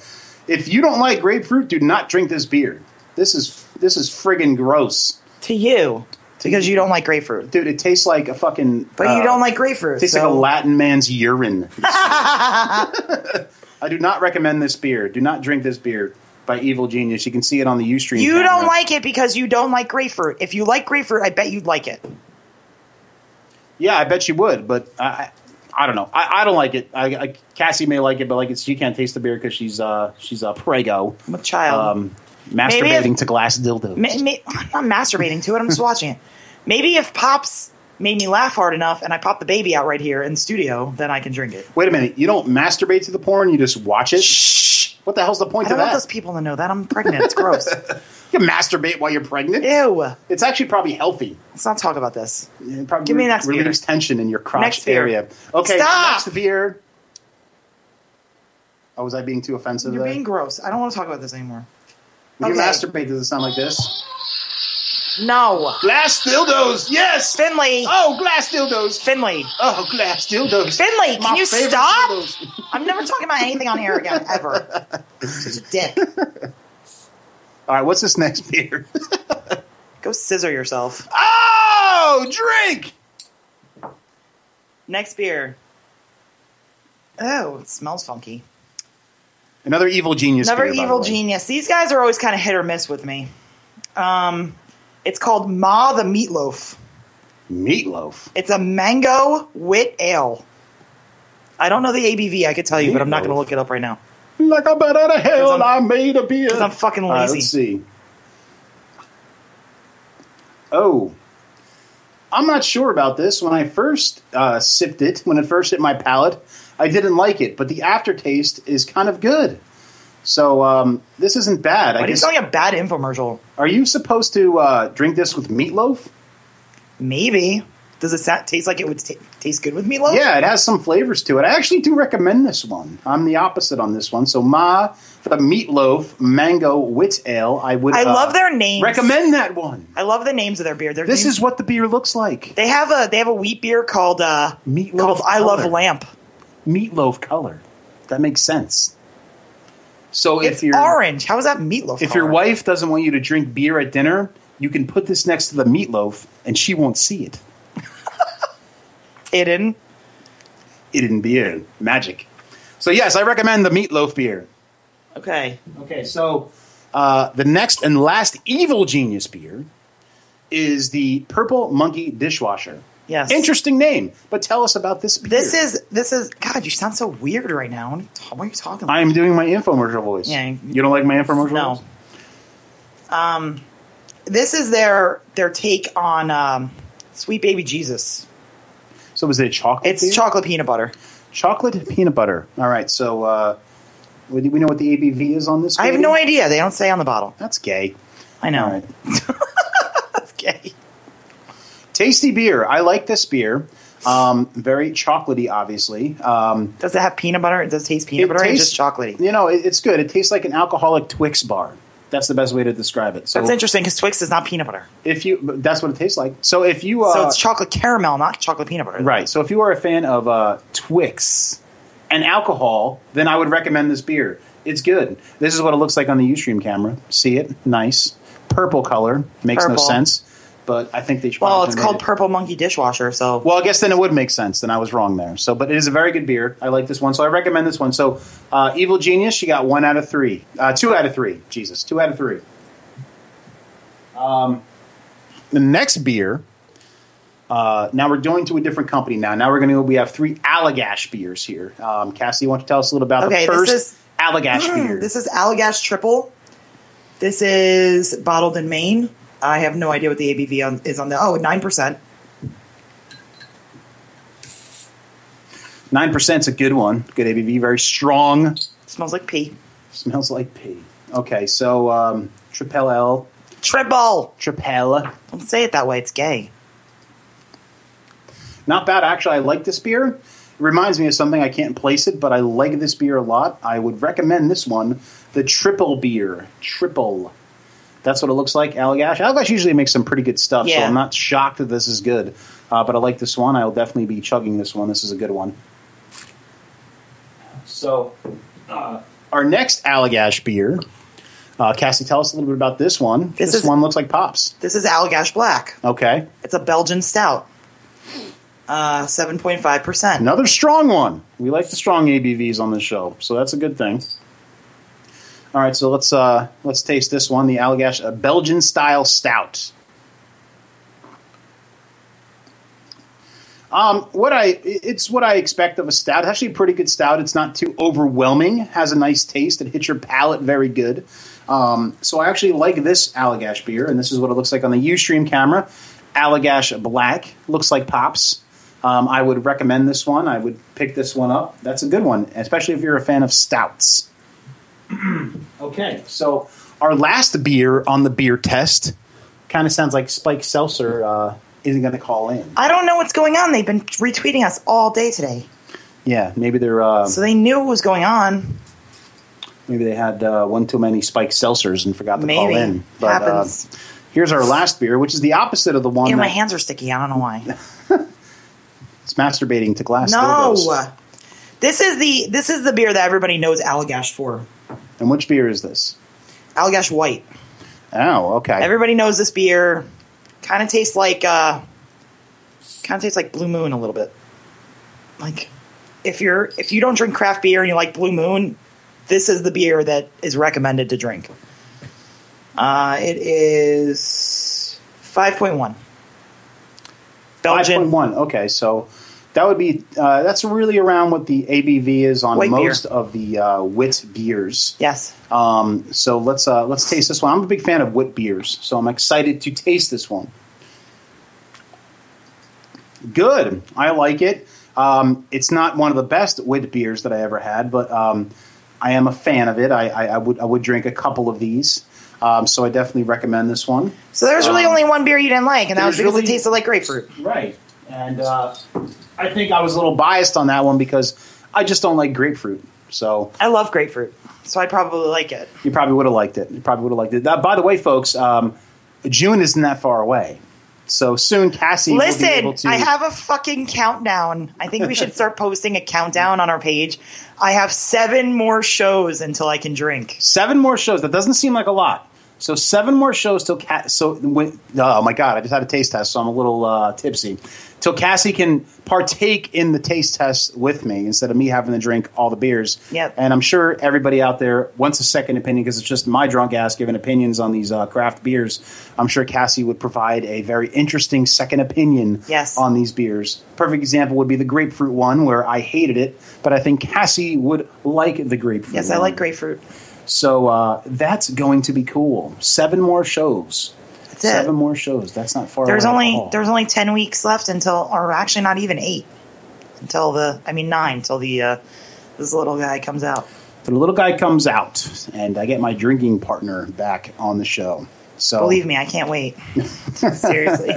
Speaker 2: If you don't like grapefruit, do not drink this beer. This is this is friggin' gross,
Speaker 3: To you, because you don't like grapefruit,
Speaker 2: dude. It tastes like a fucking.
Speaker 3: but
Speaker 2: uh,
Speaker 3: you don't like grapefruit.
Speaker 2: Tastes like a
Speaker 3: so-
Speaker 2: Latin man's urine.
Speaker 3: <laughs>
Speaker 2: I do not recommend this beer. Do not drink this beer by Evil Genius. You can see it on the UStream.
Speaker 3: You
Speaker 2: camera.
Speaker 3: don't like it because you don't like grapefruit. If you like grapefruit, I bet you'd like it.
Speaker 2: Yeah, I bet you would, but I. I I don't know. I, I don't like it. I, I, Cassie may like it, but like it's, she can't taste the beer because she's uh she's a prego,
Speaker 3: I'm a child.
Speaker 2: um,
Speaker 3: Maybe
Speaker 2: masturbating
Speaker 3: if-
Speaker 2: to glass dildos.
Speaker 3: Ma- ma- I'm not masturbating to it. I'm just watching it. Maybe if pops made me laugh hard enough, and I pop the baby out right here in the studio, then I can drink it.
Speaker 2: Wait a minute. You don't masturbate to the porn. You just watch it.
Speaker 3: Shh!
Speaker 2: What the hell's the point
Speaker 3: I don't
Speaker 2: of
Speaker 3: want
Speaker 2: that?
Speaker 3: those people to know that I'm pregnant. It's gross. <laughs>
Speaker 2: You can masturbate while you're pregnant.
Speaker 3: Ew.
Speaker 2: It's actually probably healthy.
Speaker 3: Let's not talk about this.
Speaker 2: It probably
Speaker 3: Give me next beer.
Speaker 2: relieves tension in your crotch
Speaker 3: Next beer.
Speaker 2: area. Okay,
Speaker 3: Stop!
Speaker 2: next beer. Oh, was I being too offensive?
Speaker 3: You're
Speaker 2: there?
Speaker 3: being gross. I don't want to talk about this anymore.
Speaker 2: When you
Speaker 3: okay.
Speaker 2: masturbate, does it sound like this?
Speaker 3: No.
Speaker 2: Glass dildos. Yes.
Speaker 3: Finley.
Speaker 2: Oh, glass dildos.
Speaker 3: Finley.
Speaker 2: Oh, glass dildos.
Speaker 3: Finley, can
Speaker 2: My
Speaker 3: you
Speaker 2: favorite
Speaker 3: stop?
Speaker 2: dildos.
Speaker 3: I'm never talking about anything on here again, ever. Such a dick.
Speaker 2: All right, what's this next beer? <laughs>
Speaker 3: Go scissor yourself.
Speaker 2: oh, drink.
Speaker 3: Next beer. Oh, it smells funky.
Speaker 2: Another evil genius.
Speaker 3: Another
Speaker 2: beer, by the
Speaker 3: evil
Speaker 2: way.
Speaker 3: genius. These guys are always kind of hit or miss with me. Um, it's called Ma the Meatloaf.
Speaker 2: Meatloaf.
Speaker 3: It's a mango wit ale. I don't know the ABV. I could tell you, but I'm not going to look it up right now
Speaker 2: Like I'm out of hell,
Speaker 3: 'Cause
Speaker 2: I
Speaker 3: I'm-
Speaker 2: made a beer.
Speaker 3: because I'm fucking
Speaker 2: All right,
Speaker 3: lazy.
Speaker 2: Uh, let's see. Oh, I'm not sure about this. When I first uh, sipped it, when it first hit my palate, I didn't like it, but the aftertaste is kind of good. So um, this isn't bad.
Speaker 3: Why
Speaker 2: I
Speaker 3: are you
Speaker 2: guess.
Speaker 3: selling a bad infomercial?
Speaker 2: Are you supposed to uh, drink this with meatloaf?
Speaker 3: Maybe. Does it sa- taste like it would ta taste good with meatloaf?
Speaker 2: Yeah, it has some flavors to it. I actually do recommend this one. I'm the opposite on this one. So Ma the meatloaf mango wit ale. I would.
Speaker 3: I
Speaker 2: uh,
Speaker 3: love their names.
Speaker 2: Recommend that one.
Speaker 3: I love the names of their beer. Their
Speaker 2: This
Speaker 3: names-
Speaker 2: is what the beer looks like.
Speaker 3: They have a they have a wheat beer called uh
Speaker 2: Meatloaf
Speaker 3: called I Love
Speaker 2: Color.
Speaker 3: Lamp.
Speaker 2: Meatloaf color. That makes sense. So
Speaker 3: It's
Speaker 2: if your
Speaker 3: orange. How is that meatloaf?
Speaker 2: if your
Speaker 3: color?
Speaker 2: wife doesn't want you to drink beer at dinner, you can put this next to the meatloaf, and she won't see it.
Speaker 3: it didn't.
Speaker 2: It in beer magic. So yes, I recommend the meatloaf beer.
Speaker 3: Okay.
Speaker 2: Okay, so uh, the next and last evil genius beer is the Purple Monkey Dishwasher.
Speaker 3: Yes.
Speaker 2: Interesting name, but tell us about this beer.
Speaker 3: This is this is God. You sound so weird right now. What are you, ta- what are you talking? about?
Speaker 2: I am doing my infomercial voice.
Speaker 3: Yeah.
Speaker 2: You don't like my infomercial
Speaker 3: No.
Speaker 2: voice?
Speaker 3: Um, this is their their take on um, Sweet Baby Jesus.
Speaker 2: So is it a chocolate
Speaker 3: It's
Speaker 2: Oh, beer?
Speaker 3: chocolate peanut butter.
Speaker 2: chocolate peanut butter. All right, so uh, we we know what the ABV is on this
Speaker 3: I have
Speaker 2: baby?
Speaker 3: no idea. They don't say on the bottle.
Speaker 2: That's gay.
Speaker 3: I know.
Speaker 2: All
Speaker 3: <laughs>
Speaker 2: right. <laughs>
Speaker 3: Okay.
Speaker 2: Tasty beer. I like this beer. Um, very chocolatey, obviously. Um,
Speaker 3: Does it have peanut butter? Does it taste peanut
Speaker 2: It
Speaker 3: butter? or
Speaker 2: tastes-
Speaker 3: just chocolatey?
Speaker 2: you know, it, it's good. It tastes like an alcoholic Twix bar. That's the best way to describe it. So
Speaker 3: That's interesting because Twix is not peanut butter,
Speaker 2: if you but that's what it tastes like so if you uh,
Speaker 3: so it's chocolate caramel, not chocolate peanut butter.
Speaker 2: right so if you are a fan of uh, twix and alcohol then i would recommend this beer it's good this is what it looks like on the ustream camera see it nice purple color makes no
Speaker 3: Purple.
Speaker 2: sense but i think they should
Speaker 3: Well,
Speaker 2: probably
Speaker 3: it's
Speaker 2: made
Speaker 3: called
Speaker 2: it.
Speaker 3: Purple Monkey Dishwasher. So
Speaker 2: well i guess then it would make sense then i was wrong there so but it is a very good beer i like this one so i recommend this one so uh, evil genius she got one out of three uh, two out of three jesus two out of three um, the next beer uh, now we're going to a different company now. Now we're going to go. We have three Allagash beers here. Um, Cassie, why don't you tell us a little about
Speaker 3: Okay,
Speaker 2: the
Speaker 3: this
Speaker 2: first
Speaker 3: is-
Speaker 2: Allagash
Speaker 3: Mm,
Speaker 2: beer?
Speaker 3: This is Allagash Triple. This is bottled in Maine. I have no idea what the ABV on, is on the. Oh, 9%.
Speaker 2: Nine percent's a good one. Good ABV, very strong.
Speaker 3: Smells like pee.
Speaker 2: Smells like pee. Okay, so um, Tripel L,
Speaker 3: Triple!
Speaker 2: Tripel.
Speaker 3: Don't say it that way. It's gay.
Speaker 2: Not bad actually. I like this beer. It reminds me of something. I can't place it, but I like this beer a lot. I would recommend this one, the Triple Beer. Triple. That's what it looks like. Allagash. Allagash usually makes some pretty good stuff, so
Speaker 3: Yeah.
Speaker 2: I'm not shocked that this is good. Uh, but I like this one. I'll definitely be chugging this one. This is a good one. So, uh, our next Allagash beer. Uh, Cassie, tell us a little bit about this one.
Speaker 3: This
Speaker 2: this
Speaker 3: is-
Speaker 2: one looks like Pops.
Speaker 3: This is Allagash Black.
Speaker 2: Okay.
Speaker 3: It's a Belgian stout. Uh, 7.5%.
Speaker 2: Another strong one. We like the strong ABVs on this show, so that's a good thing. All right, so let's uh, let's taste this one, the Allagash uh, Belgian style stout. Um, what I it- it's what I expect of a stout. It's actually a pretty good stout. It's not too overwhelming. Has a nice taste. It hits your palate very good. Um, so I actually like this Allagash beer, and this is what it looks like on the UStream camera. Allagash Black looks like pops. Um, I would recommend this one. I would pick this one up. That's a good one, especially if you're a fan of stouts. <clears throat> okay, so our last beer on the beer test kind of sounds like Spike Seltzer uh, isn't going to call in.
Speaker 3: I don't know what's going on. They've been retweeting us all day today.
Speaker 2: Yeah, maybe they're uh,
Speaker 3: So they knew what was going on.
Speaker 2: maybe they had uh, one too many Spike Seltzers and forgot to
Speaker 3: Maybe.
Speaker 2: call in. But uh,
Speaker 3: Happens.
Speaker 2: here's our last beer, which is the opposite of the one
Speaker 3: Yeah, my
Speaker 2: that's
Speaker 3: hands are sticky. I don't know
Speaker 2: <laughs>
Speaker 3: why.
Speaker 2: masturbating to glass. dildos.
Speaker 3: No. This is the this is the beer that everybody knows Allagash for.
Speaker 2: And which beer is this?
Speaker 3: Allagash White.
Speaker 2: Oh, okay.
Speaker 3: Everybody knows this beer. Kind of tastes like uh kind of tastes like Blue Moon a little bit. Like if you're if you don't drink craft beer and you like Blue Moon, this is the beer that is recommended to drink. Uh it is 5.1. Belgian
Speaker 2: 5.1. Okay, so That would be uh, that's really around what the ABV is on
Speaker 3: White beer.
Speaker 2: most of the uh, wit beers.
Speaker 3: Yes.
Speaker 2: Um, so let's uh, let's taste this one. I'm a big fan of wit beers, so I'm excited to taste this one. Good, I like it. Um, it's not one of the best wit beers that I ever had, but um, I am a fan of it. I, I, I would I would drink a couple of these, um, so I definitely recommend this one.
Speaker 3: So there's really
Speaker 2: Um,
Speaker 3: only one beer you didn't like, and that was
Speaker 2: there's
Speaker 3: because
Speaker 2: really-
Speaker 3: it tasted like grapefruit.
Speaker 2: Right, and uh, I think I was a little biased on that one because I just don't like grapefruit. So
Speaker 3: I love grapefruit, so I probably like it.
Speaker 2: You probably would have liked it. You probably would have liked it. That, by the way, folks, um, June isn't that far away, so soon Cassie will be
Speaker 3: Listen,
Speaker 2: able to.
Speaker 3: I have a fucking countdown. I think we should
Speaker 2: <laughs>
Speaker 3: start posting a countdown on our page. I have seven more shows until I can drink.
Speaker 2: seven more shows. That doesn't seem like a lot. So seven more shows till Cat. So when, oh my god, I just had a taste test, so I'm a little uh, tipsy. Till Cassie can partake in the taste test with me instead of me having to drink all the beers.
Speaker 3: Yep.
Speaker 2: And I'm sure everybody out there wants a second opinion because it's just my drunk ass giving opinions on these uh, craft beers. I'm sure Cassie would provide a very interesting second opinion
Speaker 3: Yes.
Speaker 2: on these beers. Perfect example would be the grapefruit one where I hated it, but I think Cassie would like the grapefruit.
Speaker 3: Yes, I
Speaker 2: one.
Speaker 3: like grapefruit.
Speaker 2: So uh, that's going to be cool. Seven more shows.
Speaker 3: That's it.
Speaker 2: Seven more shows. That's not far.
Speaker 3: There's
Speaker 2: away at
Speaker 3: only
Speaker 2: all.
Speaker 3: there's only ten weeks left until, or actually not even eight until the I mean nine until the uh, this little guy comes out.
Speaker 2: the little guy comes out, and I get my drinking partner back on the show. So
Speaker 3: Believe me, I
Speaker 2: <laughs>
Speaker 3: can't wait. Seriously,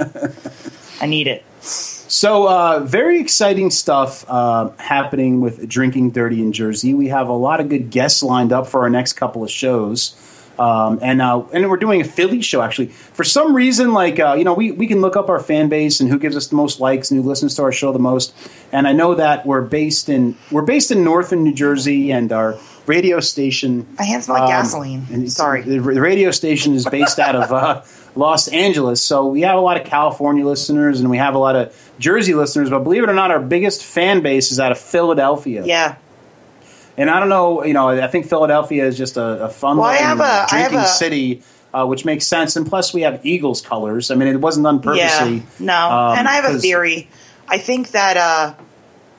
Speaker 3: I need it.
Speaker 2: So, uh, very exciting stuff uh, happening with Drinking Dirty in Jersey. We have a lot of good guests lined up for our next couple of shows. Um, and uh, and we're doing a Philly show actually. For some reason, like uh, you know, we, we can look up our fan base and who gives us the most likes and who listens to our show the most. And I know that we're based in we're based in Northern New Jersey, and our radio station
Speaker 3: My hands smell like
Speaker 2: um, and
Speaker 3: gasoline.
Speaker 2: it's-
Speaker 3: Sorry.
Speaker 2: The, the radio station is based out of uh, Los Angeles, so we have a lot of California listeners and we have a lot of Jersey listeners. But believe it or not, our biggest fan base is out of Philadelphia.
Speaker 3: Yeah.
Speaker 2: And I don't know, you know, I think Philadelphia is just a, a fun
Speaker 3: Well, I
Speaker 2: loving,
Speaker 3: have a- I
Speaker 2: drinking
Speaker 3: have a-
Speaker 2: city, uh, which makes sense. And plus, we have Eagles colors. I mean, it wasn't done purposely.
Speaker 3: Yeah, no,
Speaker 2: um,
Speaker 3: and I have a
Speaker 2: 'cause-
Speaker 3: theory. I think that uh,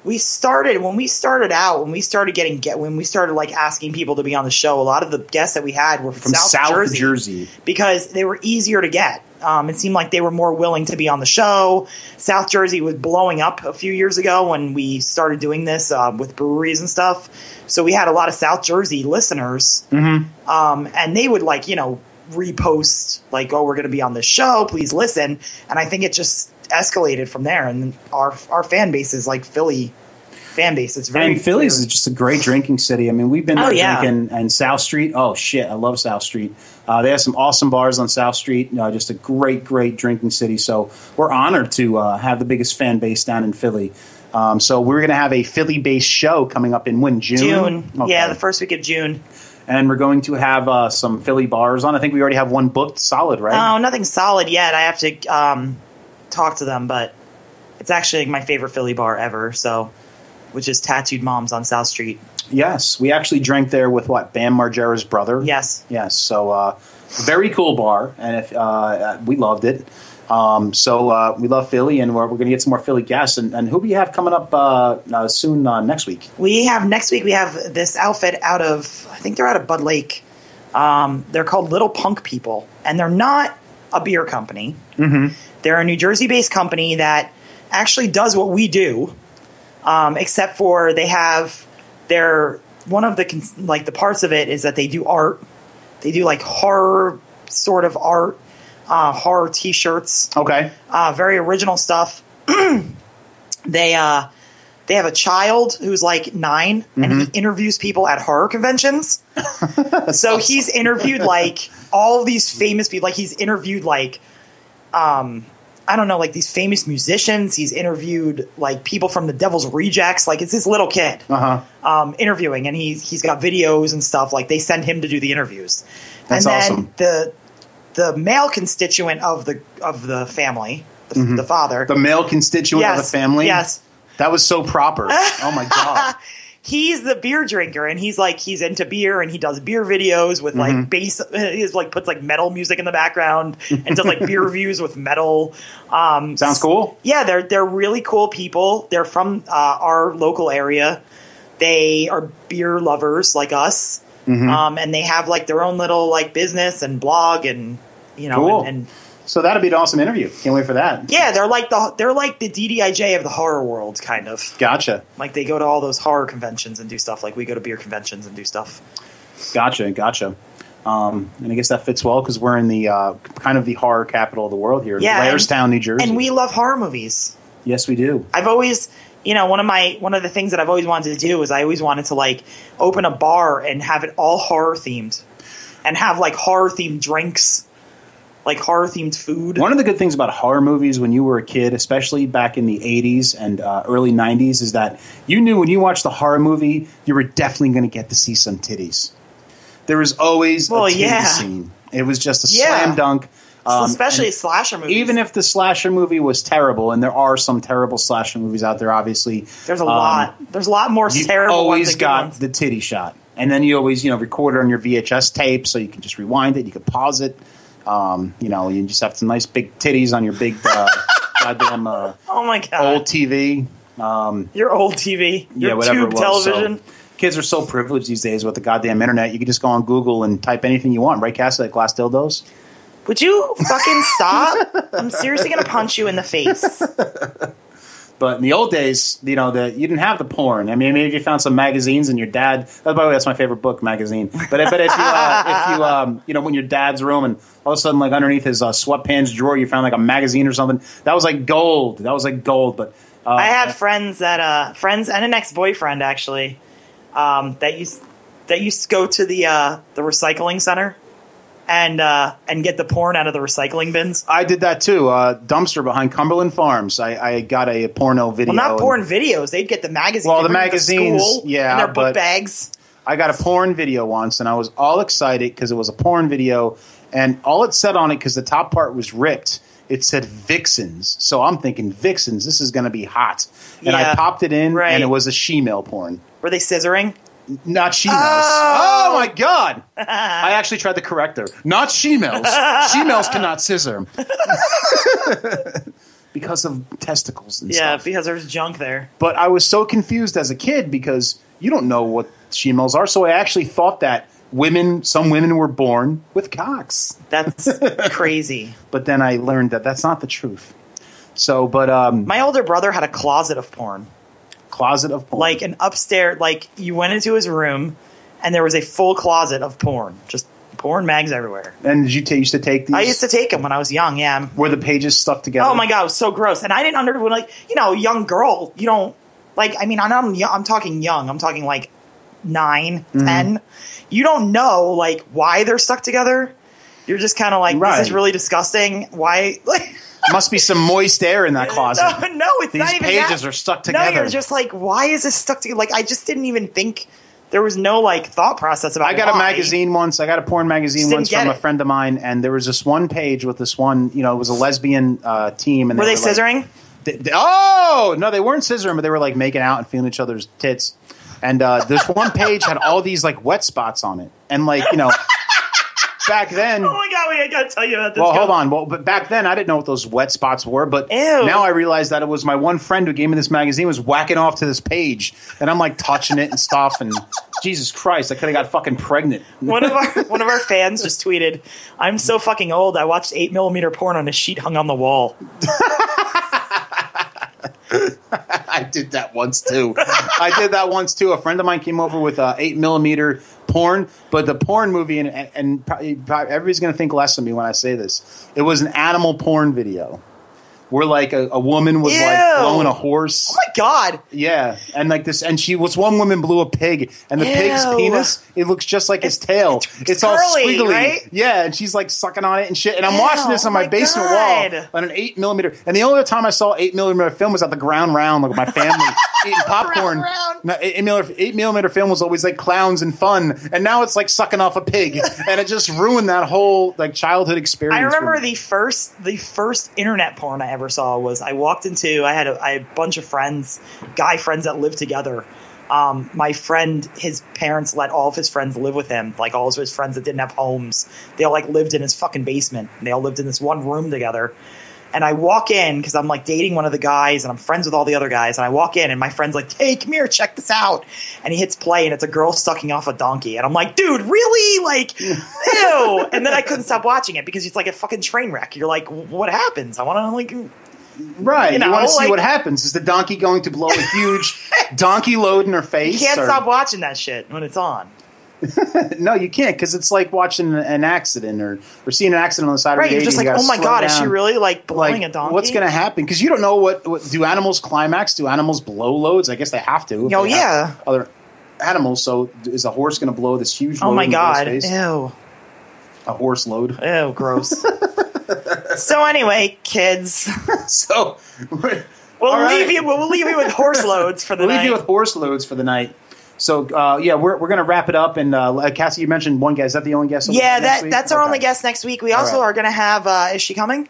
Speaker 3: we started when we started out when we started getting get when we started like asking people to be on the show. A lot of the guests that we had were
Speaker 2: From South,
Speaker 3: Jersey,
Speaker 2: Jersey.
Speaker 3: because they were easier to get. Um, it seemed like they were more willing to be on the show. South Jersey was blowing up a few years ago when we started doing this uh, with breweries and stuff. So we had a lot of South Jersey listeners
Speaker 2: Mm-hmm.
Speaker 3: um, and they would like you know repost like oh we're going to be on this show please listen and i think it just escalated from there and our our fan base is like philly fan base it's very
Speaker 2: And Philly's is
Speaker 3: weird.
Speaker 2: just a great drinking city. I mean, we've been
Speaker 3: Oh,
Speaker 2: there
Speaker 3: yeah.
Speaker 2: drinking and South Street. Oh shit, I love South Street. Uh, they have some awesome bars on South Street. Uh, just a great, great drinking city. So we're honored to uh, have the biggest fan base down in Philly. Um, so we're going to have a Philly-based show coming up in when June.
Speaker 3: june
Speaker 2: Okay.
Speaker 3: yeah the first week of june
Speaker 2: and we're going to have uh, some Philly bars on. I think we already have one booked, solid, right?
Speaker 3: oh nothing solid yet i have to um, talk to them but it's actually my favorite philly bar ever so which is tattooed moms on south street
Speaker 2: yes, we actually drank there with what Bam Margera's brother.
Speaker 3: yes
Speaker 2: Yes. So uh, very cool bar, and if, uh, uh, we loved it. Um, so uh, we love Philly, and we're, we're going to get some more Philly guests. And, and who do you have coming up uh, uh, soon uh, next week?
Speaker 3: We have next week. We have this outfit out of I think they're out of Bud Lake. Um, they're called Little Punk People, and they're not a beer company. They're a New Jersey-based company that actually does what we do, um, except for they have their one of the cons- like the parts of it is that they do art. They do like horror sort of art, uh, horror T-shirts
Speaker 2: Okay.
Speaker 3: uh, very original stuff. <clears throat> they uh, they have a child who's like 9 and he interviews people at horror conventions. so he's interviewed like all of these famous people. Like he's interviewed like um, I don't know, like these famous musicians. He's interviewed like people from the Devil's Rejects. Like it's this little kid
Speaker 2: Uh huh.
Speaker 3: um, interviewing, and he's he's got videos and stuff. Like they send him to do the interviews.
Speaker 2: That's
Speaker 3: and then
Speaker 2: awesome.
Speaker 3: The the male constituent of the of the family, the,
Speaker 2: Mm-hmm.
Speaker 3: the father,
Speaker 2: The male constituent of the family.
Speaker 3: Yes, <laughs>
Speaker 2: That was so proper. Oh my god.
Speaker 3: he's the beer drinker and he's like he's into beer and he does beer videos with like
Speaker 2: Mm-hmm.
Speaker 3: bass <laughs> he's like puts like metal music in the background and does
Speaker 2: <laughs>
Speaker 3: like beer reviews with metal um
Speaker 2: Sounds cool.
Speaker 3: yeah they're they're really cool people they're from uh, our local area they are beer lovers like us um and they have like their own little like business and blog and you know
Speaker 2: Cool.
Speaker 3: and, and
Speaker 2: So that'll be an awesome interview. Can't wait for that.
Speaker 3: yeah they're like the they're like the DDIJ of the horror world kind of
Speaker 2: Gotcha.
Speaker 3: like they go to all those horror conventions and do stuff. Like we go to beer conventions and do stuff.
Speaker 2: Gotcha. Gotcha. Um, and I guess that fits well because we're in the uh, kind of the horror capital of the world here,
Speaker 3: Yeah, and-
Speaker 2: Blairstown, New Jersey.
Speaker 3: And we love horror movies.
Speaker 2: yes, we do.
Speaker 3: I've always, you know, one of my one of the things that I've always wanted to do is I always wanted to like open a bar and have it all horror themed, and have like horror themed drinks, like horror themed food.
Speaker 2: One of the good things about horror movies when you were a kid, especially back in the 80s and uh, early 90s, is that you knew when you watched the horror movie, you were definitely going to get to see some titties. There was always
Speaker 3: Well,
Speaker 2: a titty
Speaker 3: yeah.
Speaker 2: scene. It was just a
Speaker 3: Yeah.
Speaker 2: slam dunk. Um,
Speaker 3: especially
Speaker 2: and
Speaker 3: slasher movies.
Speaker 2: even if the slasher movie was terrible, and there are some terrible slasher movies out there, obviously.
Speaker 3: there's a
Speaker 2: um,
Speaker 3: lot, there's a lot more
Speaker 2: you
Speaker 3: terrible.
Speaker 2: always
Speaker 3: ones than good
Speaker 2: got
Speaker 3: ones.
Speaker 2: the titty shot and then you always you know record it on your vhs tape so you can just rewind it you can pause it um, you know you just have some nice big titties on your big
Speaker 3: <laughs>
Speaker 2: uh, goddamn uh,
Speaker 3: oh my god,
Speaker 2: old tv
Speaker 3: your old TV, your
Speaker 2: yeah whatever
Speaker 3: tube
Speaker 2: it was.
Speaker 3: television.
Speaker 2: so, kids are so privileged these days with the goddamn internet you can just go on google and type anything you want right Cassie? like glass dildos
Speaker 3: Would you fucking stop? I'm seriously gonna punch you in
Speaker 2: <laughs>
Speaker 3: the face.
Speaker 2: But in the old days, you know, the, you didn't have the porn. I mean, maybe if you found some magazines and your dad. Oh, by the way, that's my favorite book magazine. But but if you uh, <laughs> if you um, you know when your dad's room and all of a sudden like underneath his uh, sweatpants drawer you found like a magazine or something that was like gold. That was like gold. But uh,
Speaker 3: I had friends that uh friends and an ex boyfriend actually um that used that used to go to the uh the recycling center and uh and get the porn out of the recycling bins.
Speaker 2: I did that too. Uh, dumpster behind Cumberland Farms. I, I got a porno video.
Speaker 3: Well, not
Speaker 2: and
Speaker 3: porn videos. They'd get the magazines.
Speaker 2: Well,
Speaker 3: They'd
Speaker 2: the
Speaker 3: bring them to
Speaker 2: magazines,
Speaker 3: school
Speaker 2: yeah,
Speaker 3: and their book
Speaker 2: but-
Speaker 3: bags.
Speaker 2: I got a porn video once, and I was all excited because it was a porn video, and all it said on it because the top part was ripped. It said vixens, so I'm thinking vixens. This is going to be hot, and
Speaker 3: Yeah,
Speaker 2: I popped it in,
Speaker 3: right.
Speaker 2: and it was a she-male porn,
Speaker 3: Were they scissoring?
Speaker 2: not she-males.
Speaker 3: Oh!
Speaker 2: Oh, my
Speaker 3: <laughs>
Speaker 2: god! I actually tried to correct her. Not she-males. she-males cannot
Speaker 3: <laughs>
Speaker 2: scissor because of testicles and
Speaker 3: Yeah,
Speaker 2: stuff.
Speaker 3: because there's junk there.
Speaker 2: But I was so confused as a kid because you don't know what shemales are. So I actually thought that women, some women were born with cocks. <laughs>
Speaker 3: That's crazy.
Speaker 2: But then I learned that that's not the truth. So, but um,
Speaker 3: My older brother had a closet of porn.
Speaker 2: closet of porn.
Speaker 3: like an upstairs like you went into his room and there was a full closet of porn just porn mags everywhere
Speaker 2: and did you t- used to take these?
Speaker 3: i used to take them when i was young yeah I'm-
Speaker 2: Were the pages stuck together?
Speaker 3: oh my god it was so gross and i didn't under when like you know a young girl you don't like i mean i'm I'm, young, I'm talking young i'm talking like nine
Speaker 2: Mm-hmm.
Speaker 3: ten you don't know like why they're stuck together you're just kind of like this is
Speaker 2: Right.
Speaker 3: really disgusting why <laughs> like
Speaker 2: Must be some moist air in that closet.
Speaker 3: no, <laughs> no, it's
Speaker 2: These
Speaker 3: not even
Speaker 2: pages
Speaker 3: that.
Speaker 2: are stuck
Speaker 3: No,
Speaker 2: together.
Speaker 3: you're just like, why is this stuck together? Like, I just didn't even think there was no like thought process about.
Speaker 2: I got a
Speaker 3: why.
Speaker 2: magazine once. I got a porn magazine
Speaker 3: Just didn't
Speaker 2: once
Speaker 3: get
Speaker 2: from a
Speaker 3: it.
Speaker 2: friend of mine, and there was this one page with this one. You know, it was a lesbian uh, team, and
Speaker 3: Were they
Speaker 2: were like-
Speaker 3: scissoring?
Speaker 2: They- they- oh no, they weren't scissoring, but they were like making out and feeling each other's tits. And uh, this one page had all these like wet spots on it, and like you know, back then.
Speaker 3: <laughs> oh my god, wait, I gotta tell you about this.
Speaker 2: Well,
Speaker 3: guy.
Speaker 2: hold on. Well, but back then I didn't know what those wet spots were, but
Speaker 3: Ew.
Speaker 2: now I realize that it was my one friend who gave me this magazine was whacking off to this page, and I'm like touching it and stuff, and Jesus Christ, I could have got fucking pregnant.
Speaker 3: One of our one of our fans just tweeted, "I'm so fucking old. I watched eight millimeter porn on a sheet hung on the wall."
Speaker 2: <laughs> I did that once too. I did that once too. A friend of mine came over with uh, eight millimeter porn, but the porn movie, and, and, and probably, probably everybody's going to think less of me when I say this. It was an animal porn video where like a, a woman was
Speaker 3: Ew.
Speaker 2: like blowing a horse.
Speaker 3: Oh my god,
Speaker 2: Yeah, and like this, and she was one woman blew a pig, and the pig's
Speaker 3: Ew.
Speaker 2: penis it looks just like his tail. It's, all
Speaker 3: curly,
Speaker 2: squiggly,
Speaker 3: right?
Speaker 2: yeah. And she's like sucking on it and shit. And I'm
Speaker 3: Ew,
Speaker 2: watching this
Speaker 3: oh
Speaker 2: on my,
Speaker 3: my
Speaker 2: basement
Speaker 3: God.
Speaker 2: wall on an eight millimeter. And the only other time I saw eight millimeter film was at the ground round, like with my
Speaker 3: <laughs>
Speaker 2: family eating popcorn.
Speaker 3: round.
Speaker 2: No, eight, millimeter, eight millimeter film was always like clowns and fun, and now it's like sucking off a
Speaker 3: <laughs>
Speaker 2: pig, and it just ruined that whole like childhood experience.
Speaker 3: I
Speaker 2: for
Speaker 3: remember
Speaker 2: me.
Speaker 3: the first the first internet porn I ever saw was I walked into I had a, I had a bunch of friends, guy friends that lived together, um, my friend, his parents let all of his friends live with him, like all of his friends that didn't have homes. They all like lived in his fucking basement. And they all lived in this one room together. And I walk in because I'm like dating one of the guys and I'm friends with all the other guys. And I walk in and my friend's like, hey, come here, check this out. And he hits play and it's a girl sucking off a donkey. And I'm like, dude, really?
Speaker 2: <laughs>
Speaker 3: Like, ew. And then I couldn't stop watching it because it's like a fucking train wreck. You're like, what happens? I want to like
Speaker 2: Right. You,
Speaker 3: You know,
Speaker 2: want to see
Speaker 3: like-
Speaker 2: what happens. Is the donkey going to blow a
Speaker 3: <laughs>
Speaker 2: huge donkey load in her face?
Speaker 3: You can't
Speaker 2: or-
Speaker 3: stop watching that shit when it's on.
Speaker 2: No, you can't because it's like watching an- an accident or, or seeing an accident on the side
Speaker 3: Right,
Speaker 2: of the
Speaker 3: you're
Speaker 2: gate.
Speaker 3: just
Speaker 2: and
Speaker 3: like,
Speaker 2: you
Speaker 3: oh
Speaker 2: gotta
Speaker 3: my
Speaker 2: slow
Speaker 3: god, is she
Speaker 2: down.
Speaker 3: really like blowing
Speaker 2: Like,
Speaker 3: a donkey?
Speaker 2: what's going to happen? Because you don't know what, what do animals climax? Do animals blow loads? I guess they have to. if
Speaker 3: Oh,
Speaker 2: they have
Speaker 3: yeah.
Speaker 2: other animals. So is a horse going to blow this huge?
Speaker 3: Oh
Speaker 2: load
Speaker 3: my
Speaker 2: in the
Speaker 3: god!
Speaker 2: girl's face?
Speaker 3: Ew,
Speaker 2: a horse load. <laughs>
Speaker 3: ew, gross. so anyway, kids, <laughs>
Speaker 2: so
Speaker 3: we'll
Speaker 2: All right.
Speaker 3: leave you. We'll leave you with horse loads for the
Speaker 2: we'll leave
Speaker 3: night.
Speaker 2: you with horse loads for the night. So uh, yeah, we're, we're gonna wrap it up. And uh, Cassie, you mentioned one guest. Is that the only guest?
Speaker 3: yeah,
Speaker 2: next
Speaker 3: that
Speaker 2: week?
Speaker 3: that's our
Speaker 2: Okay.
Speaker 3: only guest next week. We
Speaker 2: All
Speaker 3: also
Speaker 2: right.
Speaker 3: are going to have. Uh, is she coming?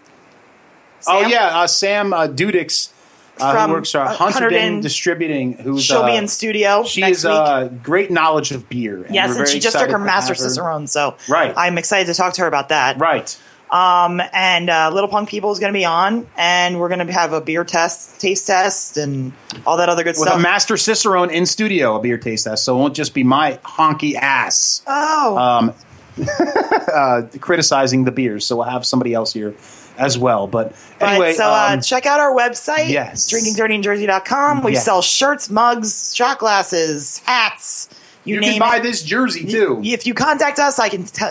Speaker 2: Oh
Speaker 3: Sam?
Speaker 2: yeah, uh, Sam uh, Dudix, uh,
Speaker 3: From,
Speaker 2: who works for
Speaker 3: uh,
Speaker 2: Hunterdon
Speaker 3: Hunterdon.
Speaker 2: Distributing. Who's
Speaker 3: she'll
Speaker 2: uh,
Speaker 3: be in studio
Speaker 2: She
Speaker 3: next
Speaker 2: has
Speaker 3: week.
Speaker 2: uh, great knowledge of beer. And
Speaker 3: yes,
Speaker 2: we're
Speaker 3: and
Speaker 2: very
Speaker 3: she just took
Speaker 2: excited
Speaker 3: her
Speaker 2: to
Speaker 3: master's
Speaker 2: have her.
Speaker 3: Cicerone, so
Speaker 2: Right.
Speaker 3: I'm excited to talk to her about that.
Speaker 2: Right.
Speaker 3: Um, and uh, Little Punk People is going to be on, and we're going to have a beer test, taste test, and all that other good
Speaker 2: With
Speaker 3: stuff.
Speaker 2: a master Cicerone in studio, a beer taste test. So it won't just be my honky ass
Speaker 3: oh,
Speaker 2: um, uh, criticizing the beers. So we'll have somebody else here as well. But
Speaker 3: But
Speaker 2: anyway,
Speaker 3: so uh,
Speaker 2: um,
Speaker 3: check out our website,
Speaker 2: yes.
Speaker 3: drinkingdirtyandjersey.com. We
Speaker 2: Yes.
Speaker 3: sell shirts, mugs, shot glasses, hats. You,
Speaker 2: you can
Speaker 3: name
Speaker 2: buy
Speaker 3: it.
Speaker 2: this jersey too.
Speaker 3: If you contact us, I can t-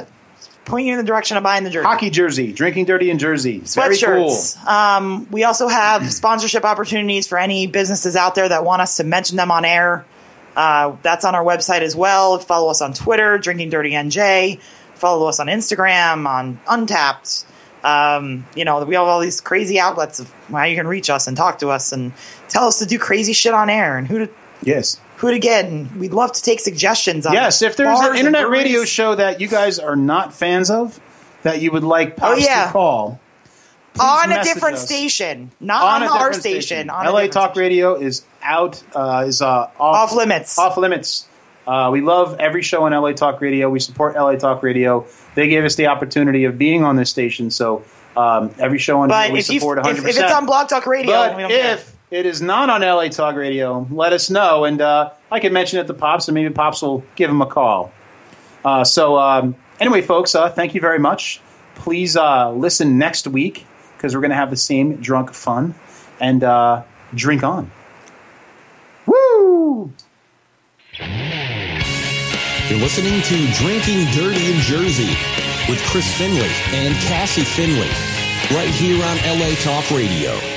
Speaker 3: point you in the direction of buying the jersey.
Speaker 2: Hockey jersey, drinking dirty in Jersey. Very cool.
Speaker 3: Sweatshirts. Um, we also have sponsorship opportunities for any businesses out there that want us to mention them on air. Uh, that's on our website as well. Follow us on Twitter, Drinking Dirty NJ. Follow us on Instagram, on Untapped. Um, you know, we have all these crazy outlets of how you can reach us and talk to us and tell us to do crazy shit on air and who to
Speaker 2: Yes.
Speaker 3: who to get. And we'd love to take suggestions. on
Speaker 2: Yes, if there's
Speaker 3: bars
Speaker 2: an
Speaker 3: and
Speaker 2: internet
Speaker 3: breweries.
Speaker 2: radio show that you guys are not fans of, that you would like
Speaker 3: Oh,
Speaker 2: Pops
Speaker 3: yeah.
Speaker 2: to call,
Speaker 3: on a
Speaker 2: message
Speaker 3: different
Speaker 2: us.
Speaker 3: station, not on, our
Speaker 2: different
Speaker 3: station. on a
Speaker 2: LA
Speaker 3: different
Speaker 2: Talk
Speaker 3: station.
Speaker 2: Radio is out, uh, is uh, off,
Speaker 3: Off limits.
Speaker 2: Off limits. Uh, we love every show on LA Talk Radio. We support LA Talk Radio. They gave us the opportunity of being on this station, so um, every show on
Speaker 3: But
Speaker 2: here we
Speaker 3: if, you,
Speaker 2: support 100%.
Speaker 3: if, if it's on Blog Talk Radio, we
Speaker 2: But
Speaker 3: don't care.
Speaker 2: if it is not on LA Talk Radio, let us know, and uh, I can mention it to Pops, and maybe Pops will give him a call. Uh, so um, anyway, folks, uh, thank you very much. Please uh, listen next week because we're going to have the same drunk fun and uh, drink on. Woo!
Speaker 1: You're listening to Drinking Dirty in Jersey with Chris Finley and Cassie Finley right here on LA Talk Radio.